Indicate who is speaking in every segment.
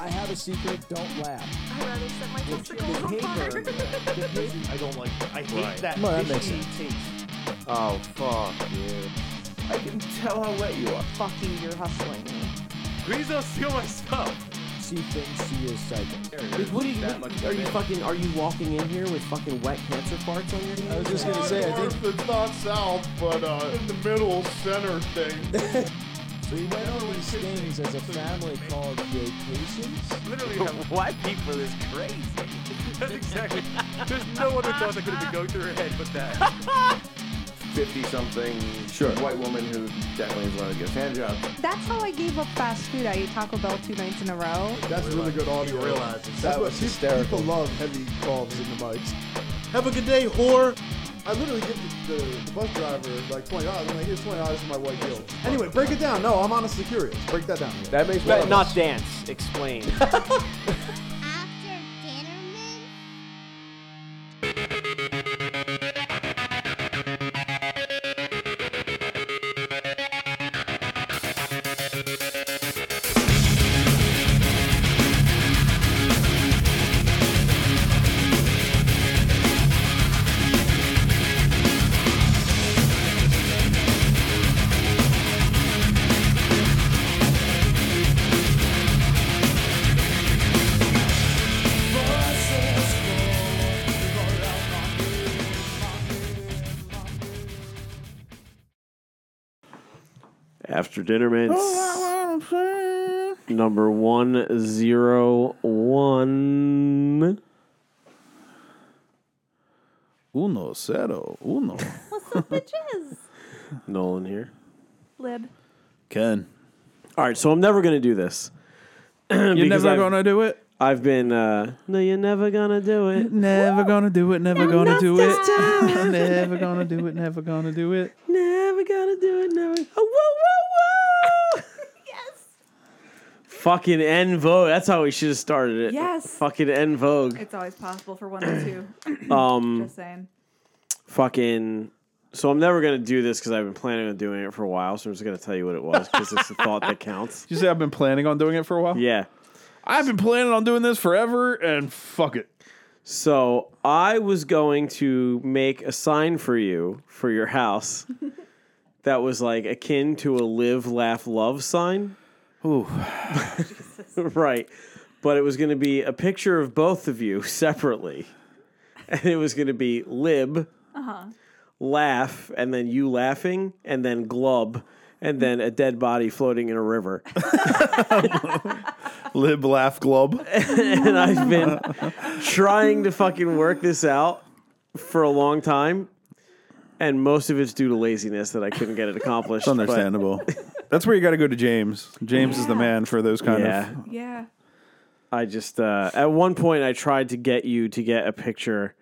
Speaker 1: I have a secret. Don't laugh.
Speaker 2: I'd rather set my testicles on fire.
Speaker 1: The paper-
Speaker 3: I don't like that. I hate
Speaker 4: Right.
Speaker 3: that
Speaker 1: Well, that makes
Speaker 3: fishy taste.
Speaker 5: Oh, fuck you. I can tell how wet you are.
Speaker 6: Fuck you, you're hustling me.
Speaker 4: Please don't steal my stuff.
Speaker 1: see things, see is psycho.
Speaker 5: Like, what are you, what- are you fucking, are you walking in here with fucking wet cancer farts on your
Speaker 1: I
Speaker 5: hands?
Speaker 1: was just gonna say, I think.
Speaker 7: it's not south, but uh, in the middle center thing.
Speaker 1: We went on these things as a family called vacations.
Speaker 4: Literally, have white people is crazy. That's exactly. There's no other thought that could have been going through her head but that.
Speaker 5: 50-something
Speaker 7: Sure.
Speaker 5: white woman who definitely is going to get a hand job.
Speaker 6: That's how I gave up fast food. I ate Taco Bell two nights in a row.
Speaker 7: That's really good audio.
Speaker 3: realizes.
Speaker 7: That's
Speaker 1: That
Speaker 7: what
Speaker 1: was
Speaker 7: people-
Speaker 1: hysterical.
Speaker 7: people love heavy coughs in the mics. Have a good day, whore. I literally give the, the, the bus driver like twenty dollars. I'm like, here's twenty dollars for my white guilt. Anyway, break it down. No, I'm honestly curious. Break that down.
Speaker 5: That makes
Speaker 1: one of
Speaker 5: Not
Speaker 1: us.
Speaker 5: dance. Explain.
Speaker 8: After Bannerman?
Speaker 9: After Dinner Mints. number 101.
Speaker 10: Uno, cero, uno.
Speaker 2: What's up, bitches?
Speaker 9: Nolan here.
Speaker 2: Lib.
Speaker 10: Ken.
Speaker 9: All right, so I'm never going to do this.
Speaker 10: You're never
Speaker 9: I've,
Speaker 10: gonna do it?
Speaker 9: I've been, uh, no, you're never going to do it.
Speaker 10: Never gonna do it, never gonna do it. never gonna do it, never gonna do it.
Speaker 9: Never going to do it. Never. Oh, whoa, whoa, whoa.
Speaker 2: Yes.
Speaker 9: Fucking En Vogue. That's how we should have started it.
Speaker 2: Yes.
Speaker 9: Fucking En Vogue.
Speaker 2: It's always possible for one or two.
Speaker 9: Um,
Speaker 2: Just saying.
Speaker 9: fucking. So I'm never going to do this because I've been planning on doing it for a while. So I'm just going to tell you what it was because it's the thought that counts.
Speaker 10: Did you say I've been planning on doing it for a while?
Speaker 9: Yeah.
Speaker 10: I've been planning on doing this forever and fuck it.
Speaker 9: So I was going to make a sign for you for your house that was like akin to a live, laugh, love sign.
Speaker 10: Ooh.
Speaker 9: right. But it was going to be a picture of both of you separately. And it was going to be lib, laugh, and then you laughing, and then glub, and then a dead body floating in a river.
Speaker 10: Lib laugh glob.
Speaker 9: and I've been trying to fucking work this out for a long time. And most of it's due to laziness that I couldn't get it accomplished.
Speaker 10: It's understandable. That's where you gotta go to James. James is the man for those
Speaker 9: But,
Speaker 10: kind
Speaker 9: yeah.
Speaker 10: of
Speaker 2: Yeah.
Speaker 9: I just, uh, at one point, I tried to get you to get a picture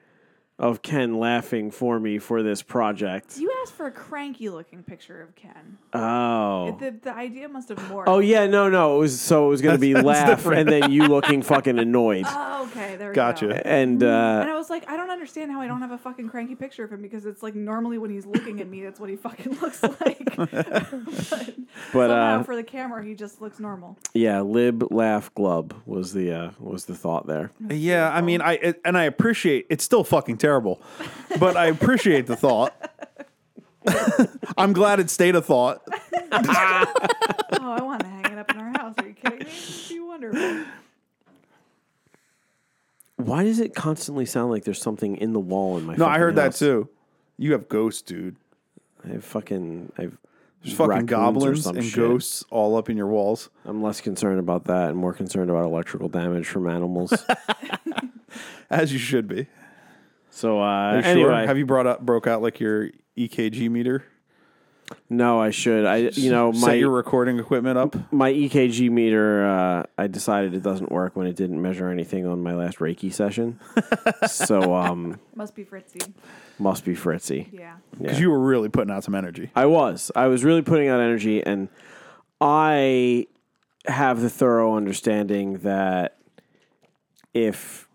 Speaker 9: of Ken laughing for me for this project.
Speaker 2: You asked for a cranky looking picture of Ken.
Speaker 9: Oh.
Speaker 2: The, the idea must have morphed.
Speaker 9: Oh, yeah. No, no. It was, so it was going to be
Speaker 10: That's
Speaker 9: laugh
Speaker 10: different.
Speaker 9: and then you looking fucking annoyed.
Speaker 2: Oh, okay. There we go.
Speaker 10: Gotcha.
Speaker 9: And, uh,
Speaker 2: And Mm, I was like, I don't understand how I don't have a fucking cranky picture of him because it's like normally when he's looking at me, that's what he fucking looks like.
Speaker 9: uh,
Speaker 2: but
Speaker 9: but,
Speaker 2: somehow
Speaker 9: uh,
Speaker 2: for the camera, he just looks normal.
Speaker 9: yeah, lib, laugh, glub was the, uh, was the thought there.
Speaker 10: Yeah, I mean I it, and I appreciate it's still fucking terrible. But I appreciate the thought. I'm glad it stayed a thought.
Speaker 2: Oh, I want to hang it up in our house. Are you kidding me? It'd be wonderful.
Speaker 9: Why does it constantly sound like there's something in the wall in my?
Speaker 10: No, I
Speaker 9: fucking
Speaker 10: heard that
Speaker 9: house?
Speaker 10: too. You have ghosts, dude.
Speaker 9: I have fucking, I have
Speaker 10: There's fucking
Speaker 9: raccoons or
Speaker 10: goblins
Speaker 9: some
Speaker 10: and
Speaker 9: shit.
Speaker 10: ghosts all up in your walls.
Speaker 9: I'm less concerned about that and more concerned about electrical damage from animals.
Speaker 10: As you should be.
Speaker 9: so uh,
Speaker 10: Are you
Speaker 9: anyway,
Speaker 10: sure? Have you brought up broke out like your EKG meter?
Speaker 9: no, I should. I you know my
Speaker 10: Set your recording equipment up.
Speaker 9: my EKG meter. Uh, I decided it doesn't work when it didn't measure anything on my last Reiki session. so um,
Speaker 2: Must be Fritzy.
Speaker 9: must be Fritzy.
Speaker 2: Yeah.
Speaker 10: Because you were really putting out some energy.
Speaker 9: I was. I was really putting out energy, and I have the thorough understanding that if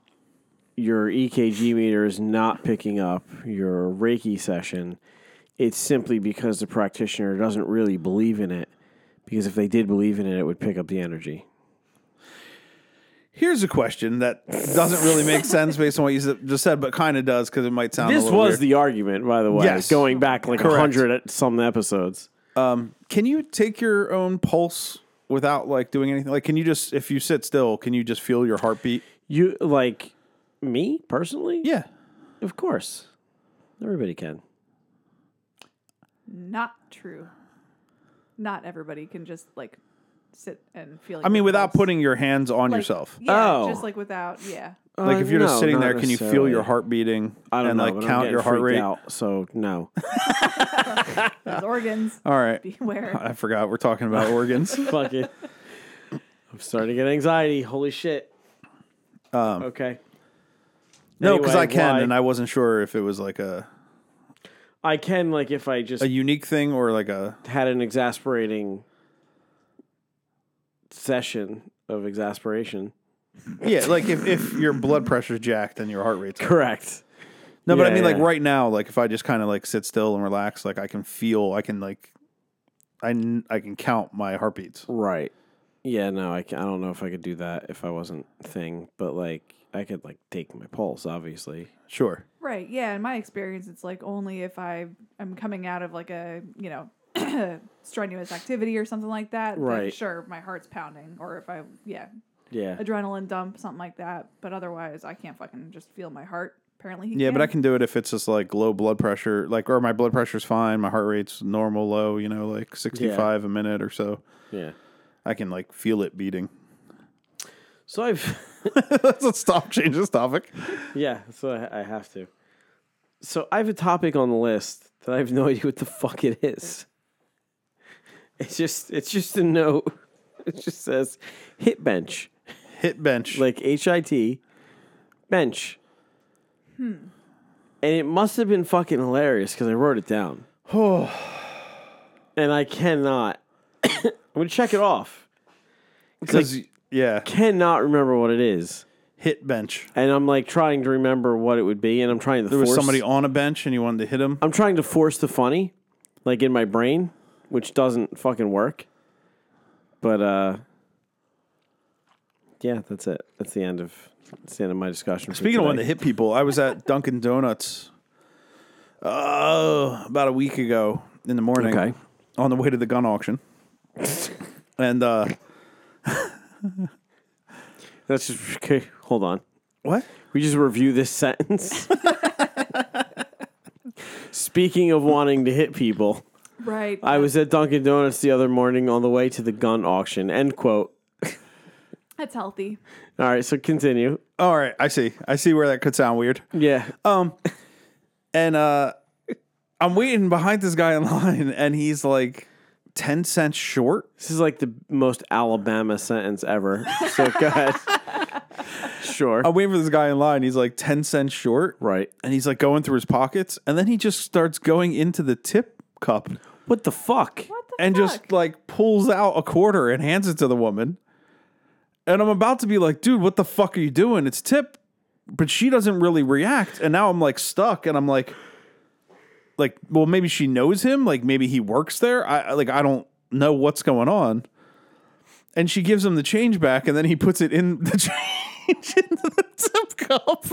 Speaker 9: your EKG meter is not picking up your Reiki session, it's simply because the practitioner doesn't really believe in it. Because if they did believe in it, it would pick up the energy.
Speaker 10: Here's a question that doesn't really make sense based on what you s- just said, but kind of does because it might sound. a
Speaker 9: This
Speaker 10: little
Speaker 9: was
Speaker 10: weird.
Speaker 9: the argument, by the way,
Speaker 10: Yes.
Speaker 9: going back like
Speaker 10: Correct.
Speaker 9: hundred some episodes.
Speaker 10: Can you take your own pulse without like doing anything? Like, can you just if you sit still, can you just feel your heartbeat?
Speaker 9: You like me personally?
Speaker 10: Yeah.
Speaker 9: of course. Everybody can.
Speaker 2: Not true. Not everybody can just like sit and feel.
Speaker 10: I mean, without
Speaker 2: putting.
Speaker 10: putting your hands on
Speaker 2: Like,
Speaker 10: yourself.
Speaker 2: Yeah,
Speaker 9: Oh.
Speaker 2: just like without. Yeah.
Speaker 10: Like
Speaker 9: Uh,
Speaker 10: if you're just
Speaker 9: no,
Speaker 10: sitting
Speaker 9: not
Speaker 10: there, can you feel
Speaker 9: necessarily.
Speaker 10: your heart beating
Speaker 9: I don't
Speaker 10: and
Speaker 9: know,
Speaker 10: like
Speaker 9: but I'm
Speaker 10: count
Speaker 9: getting
Speaker 10: your heart
Speaker 9: freaked
Speaker 10: rate?
Speaker 9: out, so no.
Speaker 2: Those organs.
Speaker 10: All right.
Speaker 2: Beware.
Speaker 10: I forgot we're talking about organs.
Speaker 9: Fuck it. I'm starting to get anxiety. Holy shit. Um, okay.
Speaker 10: No, because
Speaker 9: Anyway,
Speaker 10: I can,
Speaker 9: why-
Speaker 10: and I wasn't sure if it was like a
Speaker 9: I can like if I just
Speaker 10: a unique thing or like a
Speaker 9: had an exasperating session of exasperation.
Speaker 10: yeah, like if, if your blood pressure's jacked and your heart rate's up.
Speaker 9: Correct.
Speaker 10: no, but I
Speaker 9: Yeah,
Speaker 10: mean like
Speaker 9: yeah.
Speaker 10: right now, like if I just kind of like sit still and relax, like I can feel, I can like, I kn- I can count my heartbeats.
Speaker 9: Right. Yeah, no, I, can, I don't know if I could do that if I wasn't thing, but like I could like take my pulse, obviously.
Speaker 10: Sure.
Speaker 2: Right. Yeah. In my experience, it's like only if I am coming out of like a you know strenuous activity or something like that. then
Speaker 9: Right.
Speaker 2: Sure, my heart's pounding, or if I yeah
Speaker 9: Yeah.
Speaker 2: adrenaline dump something like that. But otherwise, I can't fucking just feel my heart. Apparently, he
Speaker 10: Yeah, but I can do it if it's just like low blood pressure, like or my blood pressure's fine, my heart rate's normal, low, you know, like sixty five a minute or so.
Speaker 9: Yeah.
Speaker 10: I can like feel it beating.
Speaker 9: So I've
Speaker 10: Let's stop. Change this topic.
Speaker 9: yeah, so I, I have to. So I have a topic on the list that I have no idea what the fuck it is. It's just it's just a note. It just says hit bench,
Speaker 10: Hit bench.
Speaker 9: like H I T bench. Hmm. And it must have been fucking hilarious because I wrote it down. and I cannot. I'm gonna check it off.
Speaker 10: because yeah,
Speaker 9: Cannot remember what it is,
Speaker 10: hit bench.
Speaker 9: and I'm like trying to remember what it would be, and I'm trying to.
Speaker 10: There was
Speaker 9: force-
Speaker 10: somebody on a bench and you wanted to hit him.
Speaker 9: I'm trying to force the funny, like in my brain, which doesn't fucking work. But uh yeah, that's it. That's the end of that's the end of my discussion. for
Speaker 10: Speaking of wanting to
Speaker 9: today.
Speaker 10: hit people, I was at Dunkin' Donuts uh, about a week ago in the morning
Speaker 9: Okay.
Speaker 10: on the way to the gun auction. and uh,
Speaker 9: that's just okay. Hold on.
Speaker 10: what?
Speaker 9: We just review this sentence. Speaking of wanting to hit people,
Speaker 2: Right.
Speaker 9: I was at Dunkin' Donuts the other morning on the way to the gun auction. End quote.
Speaker 2: That's healthy.
Speaker 9: All right, so continue.
Speaker 10: All right, I see. I see where that could sound weird.
Speaker 9: Yeah.
Speaker 10: And uh, I'm waiting behind this guy in line and he's like 10 cents short.
Speaker 9: This is like the most Alabama sentence ever. So go ahead. Sure.
Speaker 10: I'm waiting for this guy in line. He's like 10 cents short.
Speaker 9: Right.
Speaker 10: And he's like going through his pockets. And then he just starts going into the tip cup.
Speaker 9: What the fuck?
Speaker 2: What the
Speaker 10: and
Speaker 2: fuck?
Speaker 10: just like pulls out a quarter and hands it to the woman. And I'm about to be like, dude, what the fuck are you doing? It's tip. But she doesn't really react. And now I'm like stuck and I'm like, like, well, maybe she knows him. Like maybe he works there. I I- like I don't know what's going on. And she gives him the change back, and then he puts it in the change into the tip cup.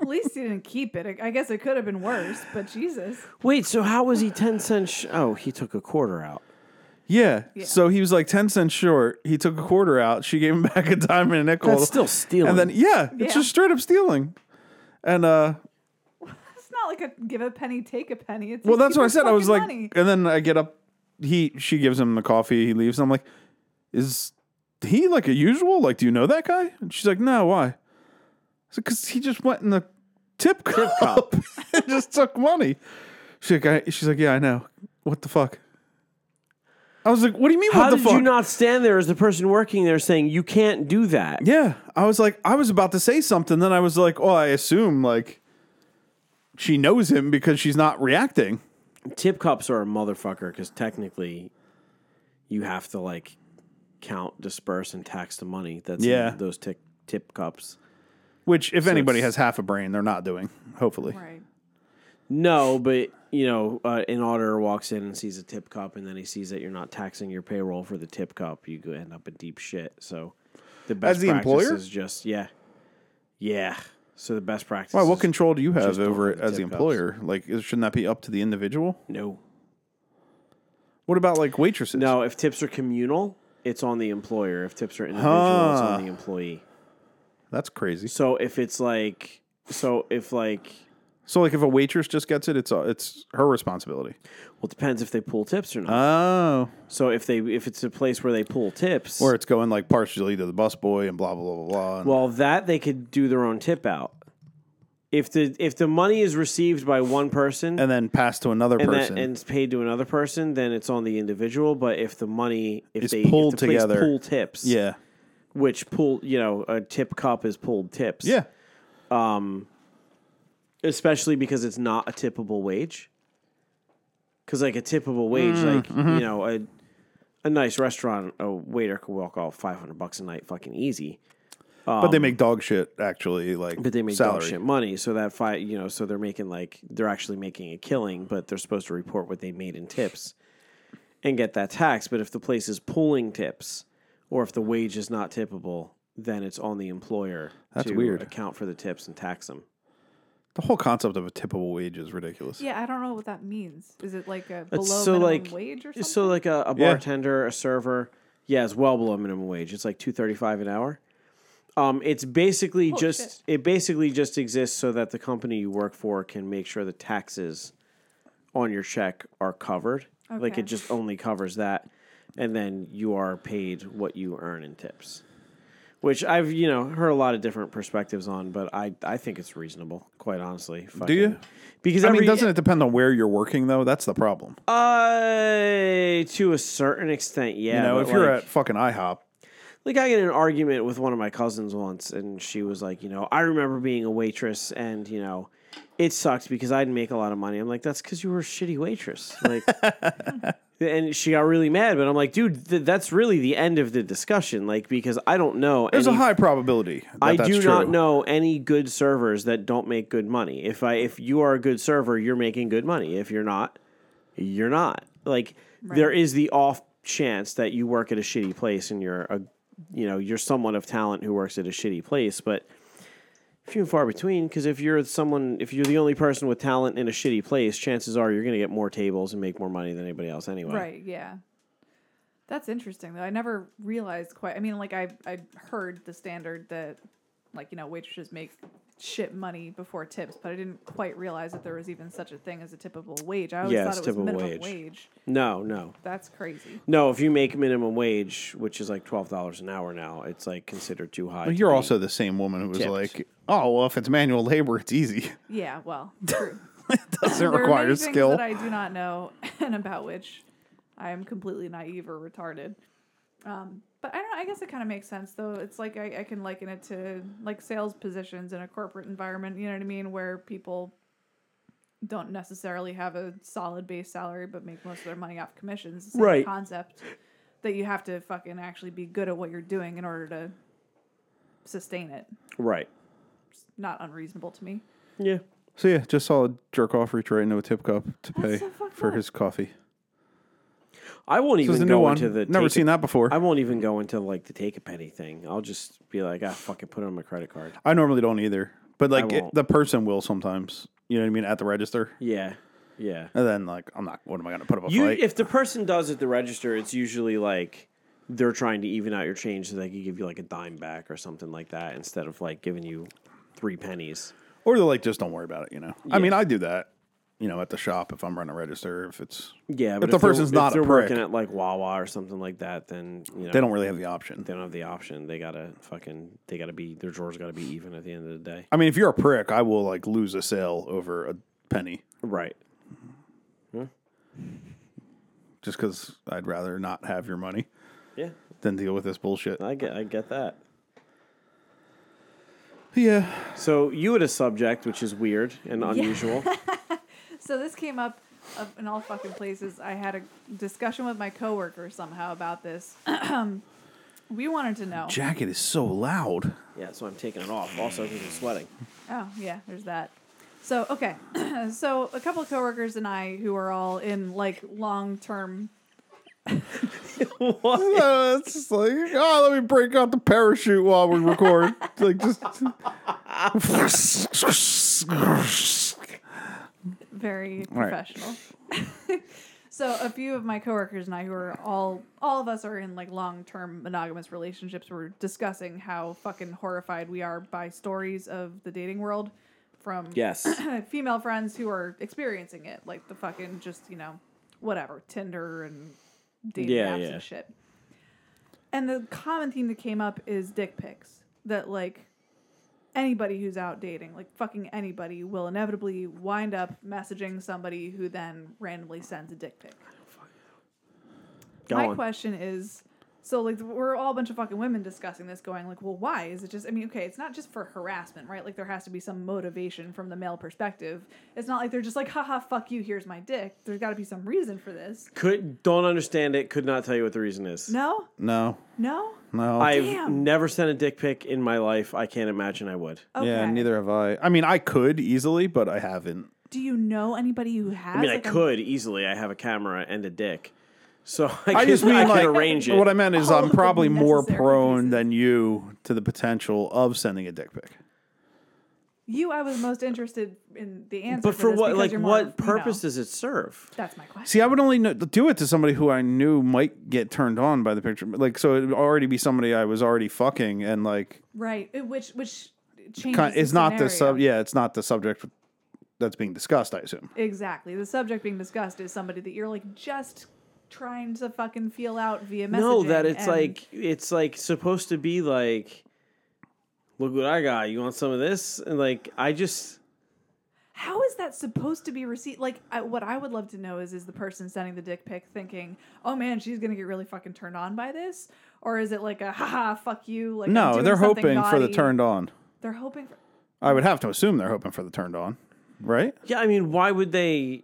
Speaker 2: at least he didn't keep it. I I guess it could have been worse, but Jesus.
Speaker 9: Wait, so how was he 10 cents? Sh- oh, he took a quarter out.
Speaker 10: Yeah. So he was like 10 cents short. He took a quarter out. She gave him back a dime and a nickel.
Speaker 9: That's still stealing.
Speaker 10: And then, yeah,
Speaker 2: Yeah.
Speaker 10: it's just straight up stealing. And, uh,
Speaker 2: It's not like a give a penny, take a penny. It's
Speaker 10: well,
Speaker 2: like,
Speaker 10: that's
Speaker 2: keep
Speaker 10: what I
Speaker 2: your
Speaker 10: said. I was
Speaker 2: fucking
Speaker 10: like, uh,
Speaker 2: money.
Speaker 10: and then I get up. He, she gives him the coffee. He leaves. I'm like, is he like a usual? Like, do you know that guy? And she's like, no, why? Because he just went in the tip cup, and just took money. She's like, I, she's like, yeah, I know. What the fuck? I was like, what do you mean?
Speaker 9: How
Speaker 10: what the
Speaker 9: did
Speaker 10: fuck?
Speaker 9: you not stand there as the person working there saying, you can't do that?
Speaker 10: Yeah, I was like, I was about to say something, then I was like, oh, I assume like she knows him because she's not reacting.
Speaker 9: Tip cups are a motherfucker because technically you have to like count, disperse, and tax the money that's in
Speaker 10: Yeah.
Speaker 9: those tic- tip cups.
Speaker 10: Which, if anybody
Speaker 9: it's-
Speaker 10: has half a brain, they're not doing. Hopefully,
Speaker 2: right.
Speaker 9: No, but you know, uh, an auditor walks in and sees a tip cup, and then he sees that you're not taxing your payroll for the tip cup. You go end up in deep shit. So The best
Speaker 10: As the
Speaker 9: practice
Speaker 10: employer?
Speaker 9: is just yeah, yeah. So the best practice.
Speaker 10: Why?
Speaker 9: is
Speaker 10: What control do you have
Speaker 9: just
Speaker 10: over
Speaker 9: over
Speaker 10: it
Speaker 9: the
Speaker 10: as the
Speaker 9: tip cups.
Speaker 10: employer? Like, is- shouldn't that be up to the individual?
Speaker 9: no,
Speaker 10: What about like waitresses?
Speaker 9: no. If tips are communal, it's on the employer. If tips are individual, it's
Speaker 10: Huh.
Speaker 9: on the employee.
Speaker 10: that's crazy.
Speaker 9: So if it's like, so if like,
Speaker 10: So, like, if a waitress just gets it, it's uh, it's her responsibility.
Speaker 9: well, it depends if they pull tips or not.
Speaker 10: Oh,
Speaker 9: so if they if it's a place where they pull tips,
Speaker 10: or it's going like partially to the busboy and blah blah blah blah blah. and-
Speaker 9: Well, that they could do their own tip out. If the if the money is received by one person and,
Speaker 10: and then pass to another
Speaker 9: that,
Speaker 10: person.
Speaker 9: and it's paid to another person, then it's on the individual. But if the money if
Speaker 10: Is
Speaker 9: they if
Speaker 10: pulled
Speaker 9: the place
Speaker 10: together.
Speaker 9: pull tips,
Speaker 10: yeah,
Speaker 9: which pull you know a tip cup is pulled tips,
Speaker 10: yeah.
Speaker 9: especially because it's not a tippable wage. Because like a tippable wage,
Speaker 10: Mm,
Speaker 9: like
Speaker 10: mm-hmm.
Speaker 9: you know a a nice restaurant, a waiter could walk off five hundred bucks a night, fucking easy.
Speaker 10: but they make dog shit actually. Like,
Speaker 9: um, But they make
Speaker 10: salary.
Speaker 9: dog shit money, so that fight, you know, so they're making like they're actually making a killing, but they're supposed to report what they made in tips and get that tax. But if the place is pulling tips, or if the wage is not tippable, then it's on the employer
Speaker 10: That's
Speaker 9: to
Speaker 10: weird.
Speaker 9: account for the tips and tax them.
Speaker 10: The whole concept of a tippable wage is ridiculous.
Speaker 2: Yeah, I don't know what that means. Is it like a
Speaker 9: It's
Speaker 2: below
Speaker 9: so
Speaker 2: minimum
Speaker 9: like
Speaker 2: wage or something?
Speaker 9: it's so like a, a
Speaker 10: Yeah.
Speaker 9: bartender, a server, yeah, it's well below minimum wage. It's like two thirty five an hour. Um, it's basically
Speaker 2: Holy
Speaker 9: just it basically just exists so that the company you work for can make sure the taxes on your check are covered. Like
Speaker 2: Okay.
Speaker 9: it just only covers that, and then you are paid what you earn in tips. Which I've you know heard a lot of different perspectives on, but I I think it's reasonable, quite honestly. Fucking-
Speaker 10: you?
Speaker 9: Because
Speaker 10: I mean,
Speaker 9: every-
Speaker 10: doesn't it depend on where you're working though? That's the problem.
Speaker 9: uh, to a certain extent, yeah.
Speaker 10: you know,
Speaker 9: but
Speaker 10: if you're
Speaker 9: like,
Speaker 10: at fucking IHOP,
Speaker 9: like I got in an argument with one of my cousins once, and she was like, you know, I remember being a waitress, and you know, it sucked because I didn't make a lot of money. I'm like, that's because you were a shitty waitress, like. And she got really mad, but I'm like, dude, th- that's really the end of the discussion. Like, because I don't know.
Speaker 10: there's a
Speaker 9: any-
Speaker 10: high probability. That
Speaker 9: I
Speaker 10: that's
Speaker 9: do
Speaker 10: true.
Speaker 9: not know any good servers that don't make good money. If I if you are a good server, you're making good money. If you're not, you're not. Like there is the off chance that you work at a shitty place and you're a you know, you're someone of talent who works at a shitty place, but few and far between because if you're someone if you're the only person with talent in a shitty place, chances are you're going to get more tables and make more money than anybody else anyway.
Speaker 2: Right, yeah. That's interesting though. I never realized quite I mean like I I heard the standard that like you know waitresses make shit money before tips, but I didn't quite realize that there was even such a thing as a tippable wage. I always
Speaker 9: Yeah,
Speaker 2: thought
Speaker 9: it's
Speaker 2: it was
Speaker 9: tippable
Speaker 2: minimum
Speaker 9: wage.
Speaker 2: wage.
Speaker 9: No, no.
Speaker 2: That's crazy.
Speaker 9: No, if you make minimum wage, which is like $12 an hour now, it's like considered too high.
Speaker 10: But
Speaker 9: to
Speaker 10: you're
Speaker 9: be-
Speaker 10: also the same woman who was
Speaker 9: tipped.
Speaker 10: like, "Oh, well, if it's manual labor, it's easy.
Speaker 2: Yeah, well, true.
Speaker 10: Doesn't
Speaker 2: there are
Speaker 10: require
Speaker 2: many things
Speaker 10: skill."
Speaker 2: that I do not know and about which I am completely naive or retarded. Um, but I don't. I guess it kind of makes sense though. It's like I, I can liken it to like sales positions in a corporate environment. You know what I mean, where people don't necessarily have a solid base salary but make most of their money off commissions. It's the same
Speaker 9: Right.
Speaker 2: concept that you have to fucking actually be good at what you're doing in order to sustain it.
Speaker 9: Right.
Speaker 2: Not unreasonable to me.
Speaker 9: Yeah.
Speaker 10: so yeah, just saw a jerk off reach right into a tip cup to pay
Speaker 2: so fucked
Speaker 10: for
Speaker 2: up.
Speaker 10: his coffee.
Speaker 9: I won't
Speaker 10: This
Speaker 9: even
Speaker 10: is the
Speaker 9: go
Speaker 10: new one.
Speaker 9: into the
Speaker 10: Never
Speaker 9: take
Speaker 10: seen
Speaker 9: a-
Speaker 10: that before.
Speaker 9: I
Speaker 10: i
Speaker 9: won't even go into like the take a penny thing. I'll just be like, ah, fucking put it on my credit card.
Speaker 10: normally don't either, but like it-
Speaker 9: won't.
Speaker 10: the person will sometimes. You know what I mean at the register,
Speaker 9: Yeah. Yeah.
Speaker 10: and then like I'm not. What am I going to put up a
Speaker 9: You,
Speaker 10: fight?
Speaker 9: if the person does at the register, it's usually like they're trying to even out your change so they can give you like a dime back or something like that instead of like giving you three pennies.
Speaker 10: or they're like, just don't worry about it. You know. I mean, I do that. You know, at the shop if I'm running a register, if it's
Speaker 9: Yeah, but
Speaker 10: the
Speaker 9: they're-
Speaker 10: person's not a
Speaker 9: they're working
Speaker 10: prick.
Speaker 9: at like Wawa or something like that, then you know
Speaker 10: they don't really have the option.
Speaker 9: they don't have the option. They gotta fucking they gotta be their drawers gotta be even at the end of the day.
Speaker 10: I mean, if you're a prick, I will like lose a sale over a penny.
Speaker 9: Right.
Speaker 10: just because I'd rather not have your money
Speaker 9: Yeah.
Speaker 10: than deal with this bullshit.
Speaker 9: I get I get that.
Speaker 10: Yeah.
Speaker 9: So you had a subject which is weird and unusual.
Speaker 2: So this came up of- in all fucking places. I had a discussion with my coworker somehow about this. we wanted to know.
Speaker 10: Jacket is so loud.
Speaker 9: yeah, so I'm taking it off. Also because I'm sweating.
Speaker 2: Oh yeah, there's that. So okay, so a couple of coworkers and I who are all in like long term
Speaker 9: What?
Speaker 10: Uh, it's just like, oh, let me break out the parachute while we record. like, just.
Speaker 2: very
Speaker 10: right.
Speaker 2: professional. so a few of my coworkers and I, who are all all of us are in like long term monogamous relationships, were discussing how fucking horrified we are by stories of the dating world from
Speaker 9: Yes.
Speaker 2: female friends who are experiencing it, like the fucking just you know whatever Tinder and dating
Speaker 9: Yeah,
Speaker 2: apps
Speaker 9: yeah.
Speaker 2: and shit. And the common theme that came up is dick pics. That like anybody who's out dating, like fucking anybody, will inevitably wind up messaging somebody who then randomly sends a dick pic.
Speaker 9: Go
Speaker 2: My
Speaker 9: on.
Speaker 2: question is so like we're all a bunch of fucking women discussing this going like well why is it just i mean okay it's not just for harassment right like there has to be some motivation from the male perspective it's not like they're just like haha fuck you here's my dick there's got to be some reason for this
Speaker 9: Could don't understand it. Could not tell you what the reason is.
Speaker 2: no
Speaker 10: No,
Speaker 2: no
Speaker 10: no.
Speaker 9: I've
Speaker 2: Damn.
Speaker 9: never sent a dick pic in my life. I can't imagine I would.
Speaker 2: okay.
Speaker 10: Yeah, neither have I. I mean, I could easily, but I haven't.
Speaker 2: do you know anybody who has
Speaker 9: I mean, I
Speaker 2: like, a-
Speaker 9: could easily. I have a camera and a dick, so I,
Speaker 10: I
Speaker 9: could,
Speaker 10: just mean
Speaker 9: I could
Speaker 10: like
Speaker 9: arrange it.
Speaker 10: What I meant is,
Speaker 2: All
Speaker 10: I'm
Speaker 2: of Oh, the
Speaker 10: probably more
Speaker 2: necessary
Speaker 10: prone
Speaker 2: pieces.
Speaker 10: than you to the potential of sending a dick pic.
Speaker 2: you i was most interested in the answer
Speaker 9: but for
Speaker 2: this
Speaker 9: what,
Speaker 2: because
Speaker 9: like,
Speaker 2: you're more of a
Speaker 9: what
Speaker 2: female.
Speaker 9: purpose does it serve?
Speaker 2: that's my question
Speaker 10: See, I would only kn- do it to somebody who I knew might get turned on by the picture. Like, so it would already be somebody I was already fucking, and like,
Speaker 2: right it- which which changes
Speaker 10: kind,
Speaker 2: the
Speaker 10: it's not the sub.
Speaker 2: scenario.
Speaker 10: Yeah, it's not the subject that's being discussed. I assume.
Speaker 2: exactly the subject being discussed is somebody that you're like just trying to fucking feel out via messaging
Speaker 9: No, that it's
Speaker 2: and-
Speaker 9: like it's like supposed to be like, look what I got. You want some of this? And like, I just
Speaker 2: how is that supposed to be received like I, what i would love to know is is the person sending the dick pic thinking oh man she's gonna get really fucking turned on by this or is it like a haha fuck you like I'm
Speaker 10: No,
Speaker 2: doing
Speaker 10: they're
Speaker 2: something
Speaker 10: hoping for the
Speaker 2: naughty.
Speaker 10: turned on.
Speaker 2: they're hoping for
Speaker 10: I would have to assume they're hoping for the turned on, right?
Speaker 9: yeah. I mean, why would they?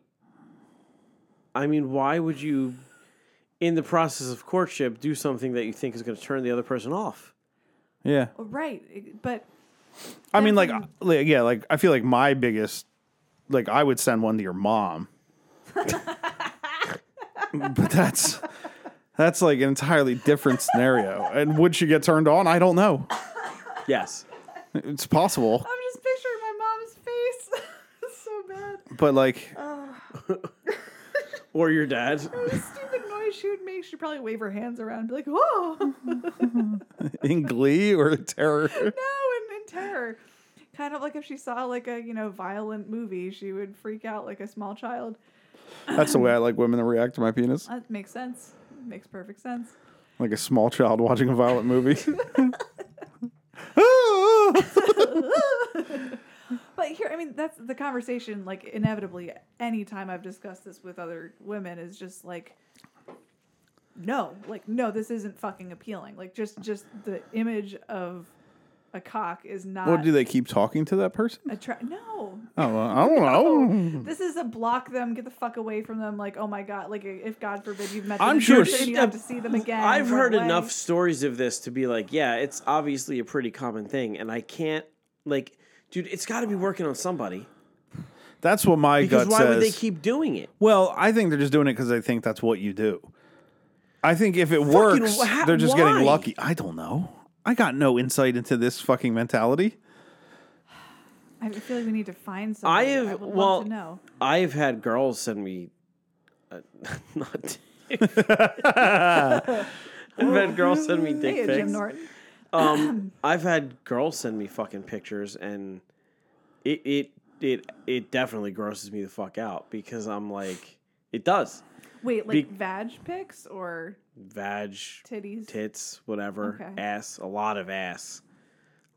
Speaker 9: I mean, why would you, in the process of courtship, do something that you think is going to turn the other person off?
Speaker 10: Yeah.
Speaker 2: oh, right it- but
Speaker 10: I mean,
Speaker 2: That's
Speaker 10: like,
Speaker 2: when-
Speaker 10: uh, like, yeah, like I feel like my biggest, like, I would send one to your mom, but that's that's like an entirely different scenario. And would she get turned on? I don't know.
Speaker 9: Yes.
Speaker 10: It's possible,
Speaker 2: i'm just picturing my mom's face it's so bad
Speaker 10: but like,
Speaker 9: Or your dad.
Speaker 2: the stupid noise she would make she'd probably wave her hands around and be like whoa
Speaker 10: in glee or terror.
Speaker 2: no, and in terror. Kind of like if she saw like a you know violent movie, she would freak out like a small child.
Speaker 10: That's the way I like women to react to my penis,
Speaker 2: That makes sense. Makes perfect sense.
Speaker 10: like a small child watching a violent movie.
Speaker 2: But here, I mean, that's the conversation. Like inevitably, anytime I've discussed this with other women, is just like, no, like no, this isn't fucking appealing. Like just just the image of a cock is not.
Speaker 10: what do they keep talking to that person?
Speaker 2: Attra- no,
Speaker 10: Oh, well, I don't know.
Speaker 9: Hmm.
Speaker 2: this is a block them, get the fuck away from them. Like, oh my god, like if God forbid you've met them,
Speaker 10: I'm
Speaker 2: in
Speaker 10: sure
Speaker 2: person
Speaker 10: she-
Speaker 2: and you have to see them again.
Speaker 9: I've
Speaker 2: run
Speaker 9: heard
Speaker 2: away.
Speaker 9: enough stories of this to be like, yeah, it's obviously a pretty common thing, and I can't like, dude, it's got to be working on somebody
Speaker 10: That's what my
Speaker 9: because
Speaker 10: gut
Speaker 9: why
Speaker 10: says.
Speaker 9: would they keep doing it?
Speaker 10: Well, I think they're just doing it because they think that's what you do. I think if it works,
Speaker 9: wha-
Speaker 10: they're just
Speaker 9: why?
Speaker 10: getting lucky. I don't know. I got no insight into this fucking mentality.
Speaker 2: I feel like we need to find
Speaker 9: I
Speaker 2: somebody. I
Speaker 9: have
Speaker 2: would love
Speaker 9: well,
Speaker 2: to know.
Speaker 9: I have had girls send me, uh, not. I've had girls send me dick
Speaker 2: Hey,
Speaker 9: pics.
Speaker 2: Jim Norton.
Speaker 9: Um, I've had girls send me fucking pictures, and it it it it definitely grosses me the fuck out because I'm like, it does.
Speaker 2: Wait, like
Speaker 9: Be-
Speaker 2: vag pics or
Speaker 9: Vag,
Speaker 2: titties?
Speaker 9: tits, whatever,
Speaker 2: Okay.
Speaker 9: ass, a lot of ass,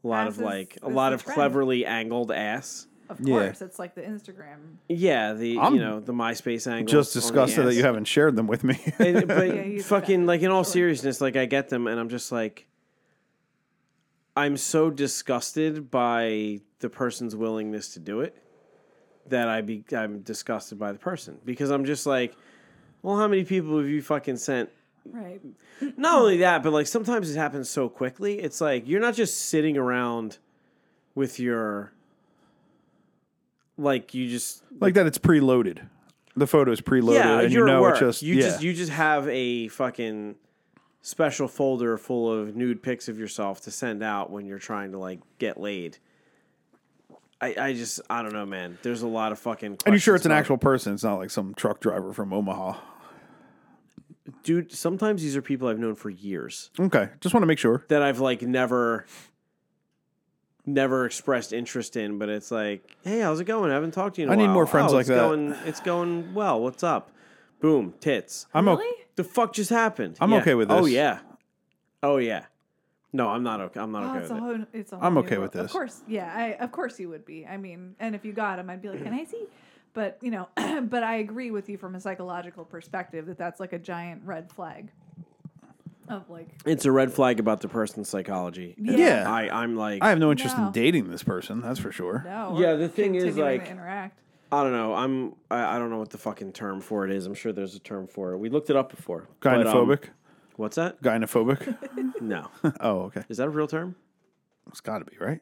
Speaker 9: a lot
Speaker 2: Ass
Speaker 9: of
Speaker 2: is-
Speaker 9: like, a
Speaker 2: is
Speaker 9: lot
Speaker 2: the
Speaker 9: of
Speaker 2: trend.
Speaker 9: cleverly angled ass.
Speaker 2: Of
Speaker 10: Yeah.
Speaker 2: course, it's like the Instagram.
Speaker 9: Yeah, the
Speaker 10: I'm
Speaker 9: you know the MySpace angle.
Speaker 10: Just disgusted that you haven't shaven't shared them with me.
Speaker 9: And- but
Speaker 2: Yeah, he's
Speaker 9: fucking
Speaker 2: fat,
Speaker 9: like in all seriousness, like I get them and I'm just like I'm so disgusted by the person's willingness to do it that I be I'm disgusted by the person because I'm just like well how many people have you fucking sent
Speaker 2: Right.
Speaker 9: not only that but like sometimes it happens so quickly it's like you're not just sitting around with your like you just
Speaker 10: like that, it's preloaded. the photo's preloaded
Speaker 9: yeah,
Speaker 10: and you
Speaker 9: you're at
Speaker 10: know
Speaker 9: work.
Speaker 10: it's just
Speaker 9: you
Speaker 10: yeah.
Speaker 9: just you just have a fucking special folder full of nude pics of yourself to send out when you're trying to like get laid. I, I just I don't know, man. There's a lot of fucking.
Speaker 10: and you sure
Speaker 9: questions
Speaker 10: it's an
Speaker 9: about-
Speaker 10: actual person? It's not like some truck driver from Omaha.
Speaker 9: dude? Sometimes these are people I've known for years
Speaker 10: Okay, just want to make sure.
Speaker 9: that I've like never, never expressed interest in. But it's like, hey, how's it going? I haven't talked to you. In a
Speaker 10: I need
Speaker 9: while.
Speaker 10: more friends
Speaker 9: "Oh,
Speaker 10: like
Speaker 9: it's
Speaker 10: that."
Speaker 9: Going, it's going well. What's up? Boom, tits.
Speaker 10: I'm
Speaker 2: really?
Speaker 10: okay.
Speaker 9: The fuck just happened?
Speaker 10: I'm
Speaker 9: Yeah.
Speaker 10: okay with
Speaker 9: Oh
Speaker 10: this.
Speaker 9: yeah. Oh yeah. No, I'm not okay. I'm not
Speaker 2: Oh,
Speaker 9: okay
Speaker 2: it's,
Speaker 9: with
Speaker 2: a
Speaker 9: it.
Speaker 2: whole, it's a whole
Speaker 10: I'm
Speaker 2: new
Speaker 10: okay with
Speaker 2: world.
Speaker 10: this.
Speaker 2: Of course, yeah, I, of course you would be. I mean, and if you got him, I'd be like, "Can I see?" But you know, but I agree with you from a psychological perspective that that's like a giant red flag. Of like,
Speaker 9: It's a red flag about the person's psychology. And
Speaker 10: Yeah.
Speaker 9: I I'm like
Speaker 10: I have no interest
Speaker 2: No.
Speaker 10: in dating this person. That's for sure.
Speaker 2: no.
Speaker 9: Yeah,
Speaker 2: or
Speaker 9: the thing is,
Speaker 2: continuing
Speaker 9: like-
Speaker 2: to interact.
Speaker 9: I don't know. I'm I, I don't know what the fucking term for it is. I'm sure there's a term for it. We looked it up before. But, um,
Speaker 10: Gynophobic.
Speaker 9: what's that?
Speaker 10: Gynophobic.
Speaker 9: No.
Speaker 10: oh, okay.
Speaker 9: Is that a real term?
Speaker 10: It's got to be right.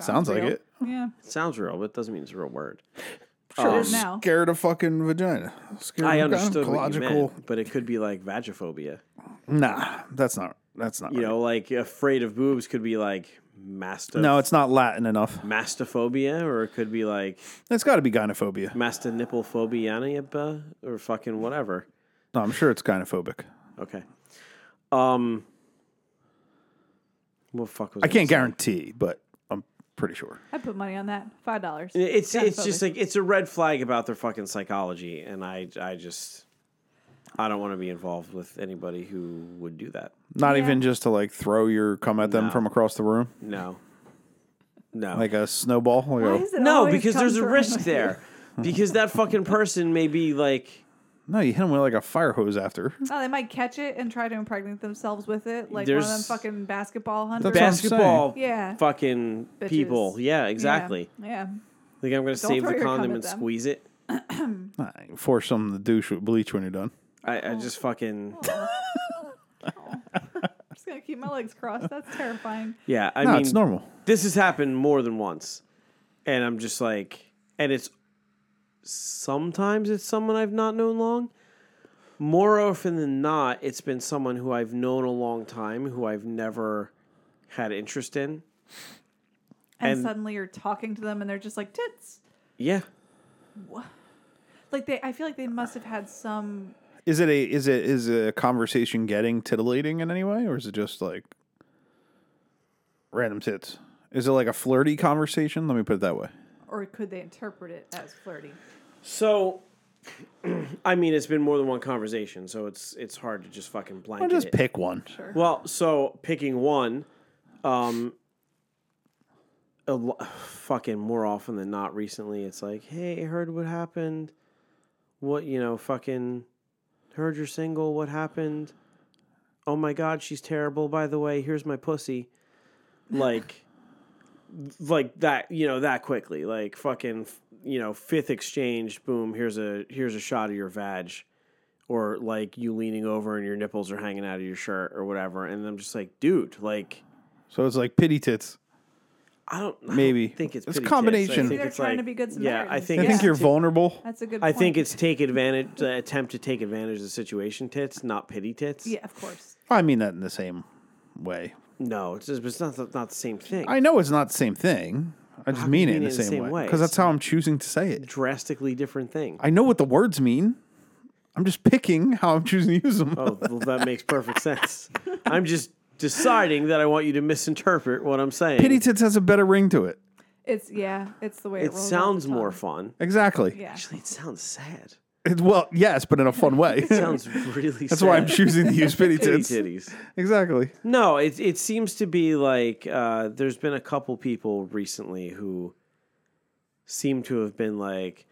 Speaker 10: Sounds like
Speaker 2: real.
Speaker 10: it.
Speaker 2: Yeah,
Speaker 9: It sounds real, but it doesn't mean it's a real word. Oh.
Speaker 2: Sure. now.
Speaker 10: Scared of fucking vagina. Scared
Speaker 9: I
Speaker 10: of
Speaker 9: understood what you
Speaker 10: gynecological-
Speaker 9: meant, but it could be like vagophobia.
Speaker 10: Nah, that's not. That's not.
Speaker 9: You
Speaker 10: right.
Speaker 9: know, like afraid of boobs could be like masto
Speaker 10: no, it's not Latin enough.
Speaker 9: mastophobia, or it could be like
Speaker 10: It's got to be gynophobia.
Speaker 9: Master nipple phobia or fucking whatever.
Speaker 10: No, I'm sure it's gynophobic.
Speaker 9: Okay. Um. What fuck was
Speaker 10: I can't
Speaker 9: gonna
Speaker 10: guarantee, but I'm pretty sure.
Speaker 2: I put money on that. Five dollars.
Speaker 9: say? It's it's just like it's a red flag about their fucking psychology, and I I just I don't want to be involved with anybody who would do that.
Speaker 10: Not even just to like throw your cum at them from across the room
Speaker 9: No. No.
Speaker 10: like a snowball. Like oh, a-
Speaker 2: Why is it
Speaker 9: no,
Speaker 2: always
Speaker 9: because there's
Speaker 2: comes
Speaker 9: a
Speaker 2: around
Speaker 9: risk
Speaker 2: like
Speaker 9: there. because that fucking person may be like,
Speaker 10: no, you hit him with like a fire hose after.
Speaker 2: this? No, Oh, they might catch it and try to impregnate themselves with it, like one of them
Speaker 9: There's-
Speaker 2: fucking basketball hunters.
Speaker 10: what I'm saying.
Speaker 9: basketball
Speaker 2: Yeah.
Speaker 9: fucking
Speaker 2: Bitches.
Speaker 9: people. Yeah,
Speaker 2: Yeah,
Speaker 9: exactly.
Speaker 2: Yeah.
Speaker 9: Think I'm gonna save
Speaker 2: throw
Speaker 9: the
Speaker 2: your cum
Speaker 9: condom
Speaker 2: at
Speaker 9: and
Speaker 2: them.
Speaker 9: squeeze it.
Speaker 10: Nah, you Force something to douche with bleach when you're done.
Speaker 9: I, I just fucking
Speaker 2: I'm just gonna keep my legs crossed. That's terrifying.
Speaker 9: yeah. I
Speaker 10: no,
Speaker 9: mean,
Speaker 10: it's normal.
Speaker 9: this has happened more than once, and I'm just like, and it's sometimes it's someone I've not known long. More often than not, it's been someone who I've known a long time who I've never had interest in.
Speaker 2: And,
Speaker 9: And-
Speaker 2: suddenly you're talking to them and they're just like tits.
Speaker 9: Yeah,
Speaker 2: Like they, I feel like they must have had some.
Speaker 10: Is it a is it is a conversation getting titillating in any way, or is it just like random tits? Is it like a flirty conversation? Let me put it that way.
Speaker 2: Or could they interpret it as flirting?
Speaker 9: So, I mean, it's been more than one conversation, so it's it's hard to just fucking blanket.
Speaker 10: I'll just
Speaker 9: it.
Speaker 10: pick one.
Speaker 9: Well, so picking one, um, a lo- fucking more often than not, recently it's like, hey, I heard what happened. What you know, fucking heard you're single. What happened? Oh my god, she's terrible. By the way, here's my pussy. Like, like that. You know that quickly. Like fucking. f- You know, fifth exchange. Boom. Here's a here's a shot of your vag or like you leaning over and your nipples are hanging out of your shirt or whatever. And I'm just like, dude, like
Speaker 10: So it's like pity tits.
Speaker 9: I don't I
Speaker 10: Maybe.
Speaker 9: don't think it's
Speaker 10: It's a
Speaker 9: pity tits.
Speaker 10: combination.
Speaker 9: I
Speaker 10: Maybe
Speaker 9: think
Speaker 2: they're
Speaker 9: it's
Speaker 2: trying
Speaker 9: like,
Speaker 2: to be good
Speaker 9: Yeah, I
Speaker 2: Samaritans.
Speaker 9: think
Speaker 10: I
Speaker 9: it's
Speaker 10: think you're
Speaker 9: ta-
Speaker 10: vulnerable.
Speaker 2: That's a good.
Speaker 9: I
Speaker 2: Point.
Speaker 9: think it's take advantage, the attempt to take advantage of the situation. Tits, not pity tits.
Speaker 2: Yeah, of course.
Speaker 10: I mean that in the same way.
Speaker 9: No, it's just, it's not the, not the same thing.
Speaker 10: I know it's not the same thing. I just
Speaker 9: can
Speaker 10: mean
Speaker 9: you
Speaker 10: it in the same, way
Speaker 9: way?
Speaker 10: because that's how I'm choosing to say it.
Speaker 9: Drastically different thing.
Speaker 10: I know what the words mean. I'm just picking how I'm choosing to use them.
Speaker 9: oh, well, that makes perfect sense. I'm just deciding that I want you to misinterpret what I'm saying.
Speaker 10: Pity tits has a better ring to it.
Speaker 2: It's yeah. It's the way it,
Speaker 9: it
Speaker 2: rolls off
Speaker 9: sounds
Speaker 2: the
Speaker 9: more
Speaker 2: tongue.
Speaker 9: fun.
Speaker 10: Exactly.
Speaker 2: Yeah.
Speaker 9: Actually, it sounds sad.
Speaker 10: It- well, yes, but in a fun way.
Speaker 9: It sounds really sad.
Speaker 10: That's why I'm choosing to use pity
Speaker 9: Pity
Speaker 10: tits.
Speaker 9: titties.
Speaker 10: Exactly.
Speaker 9: No, it it seems to be like uh, there's been a couple people recently who seem to have been like,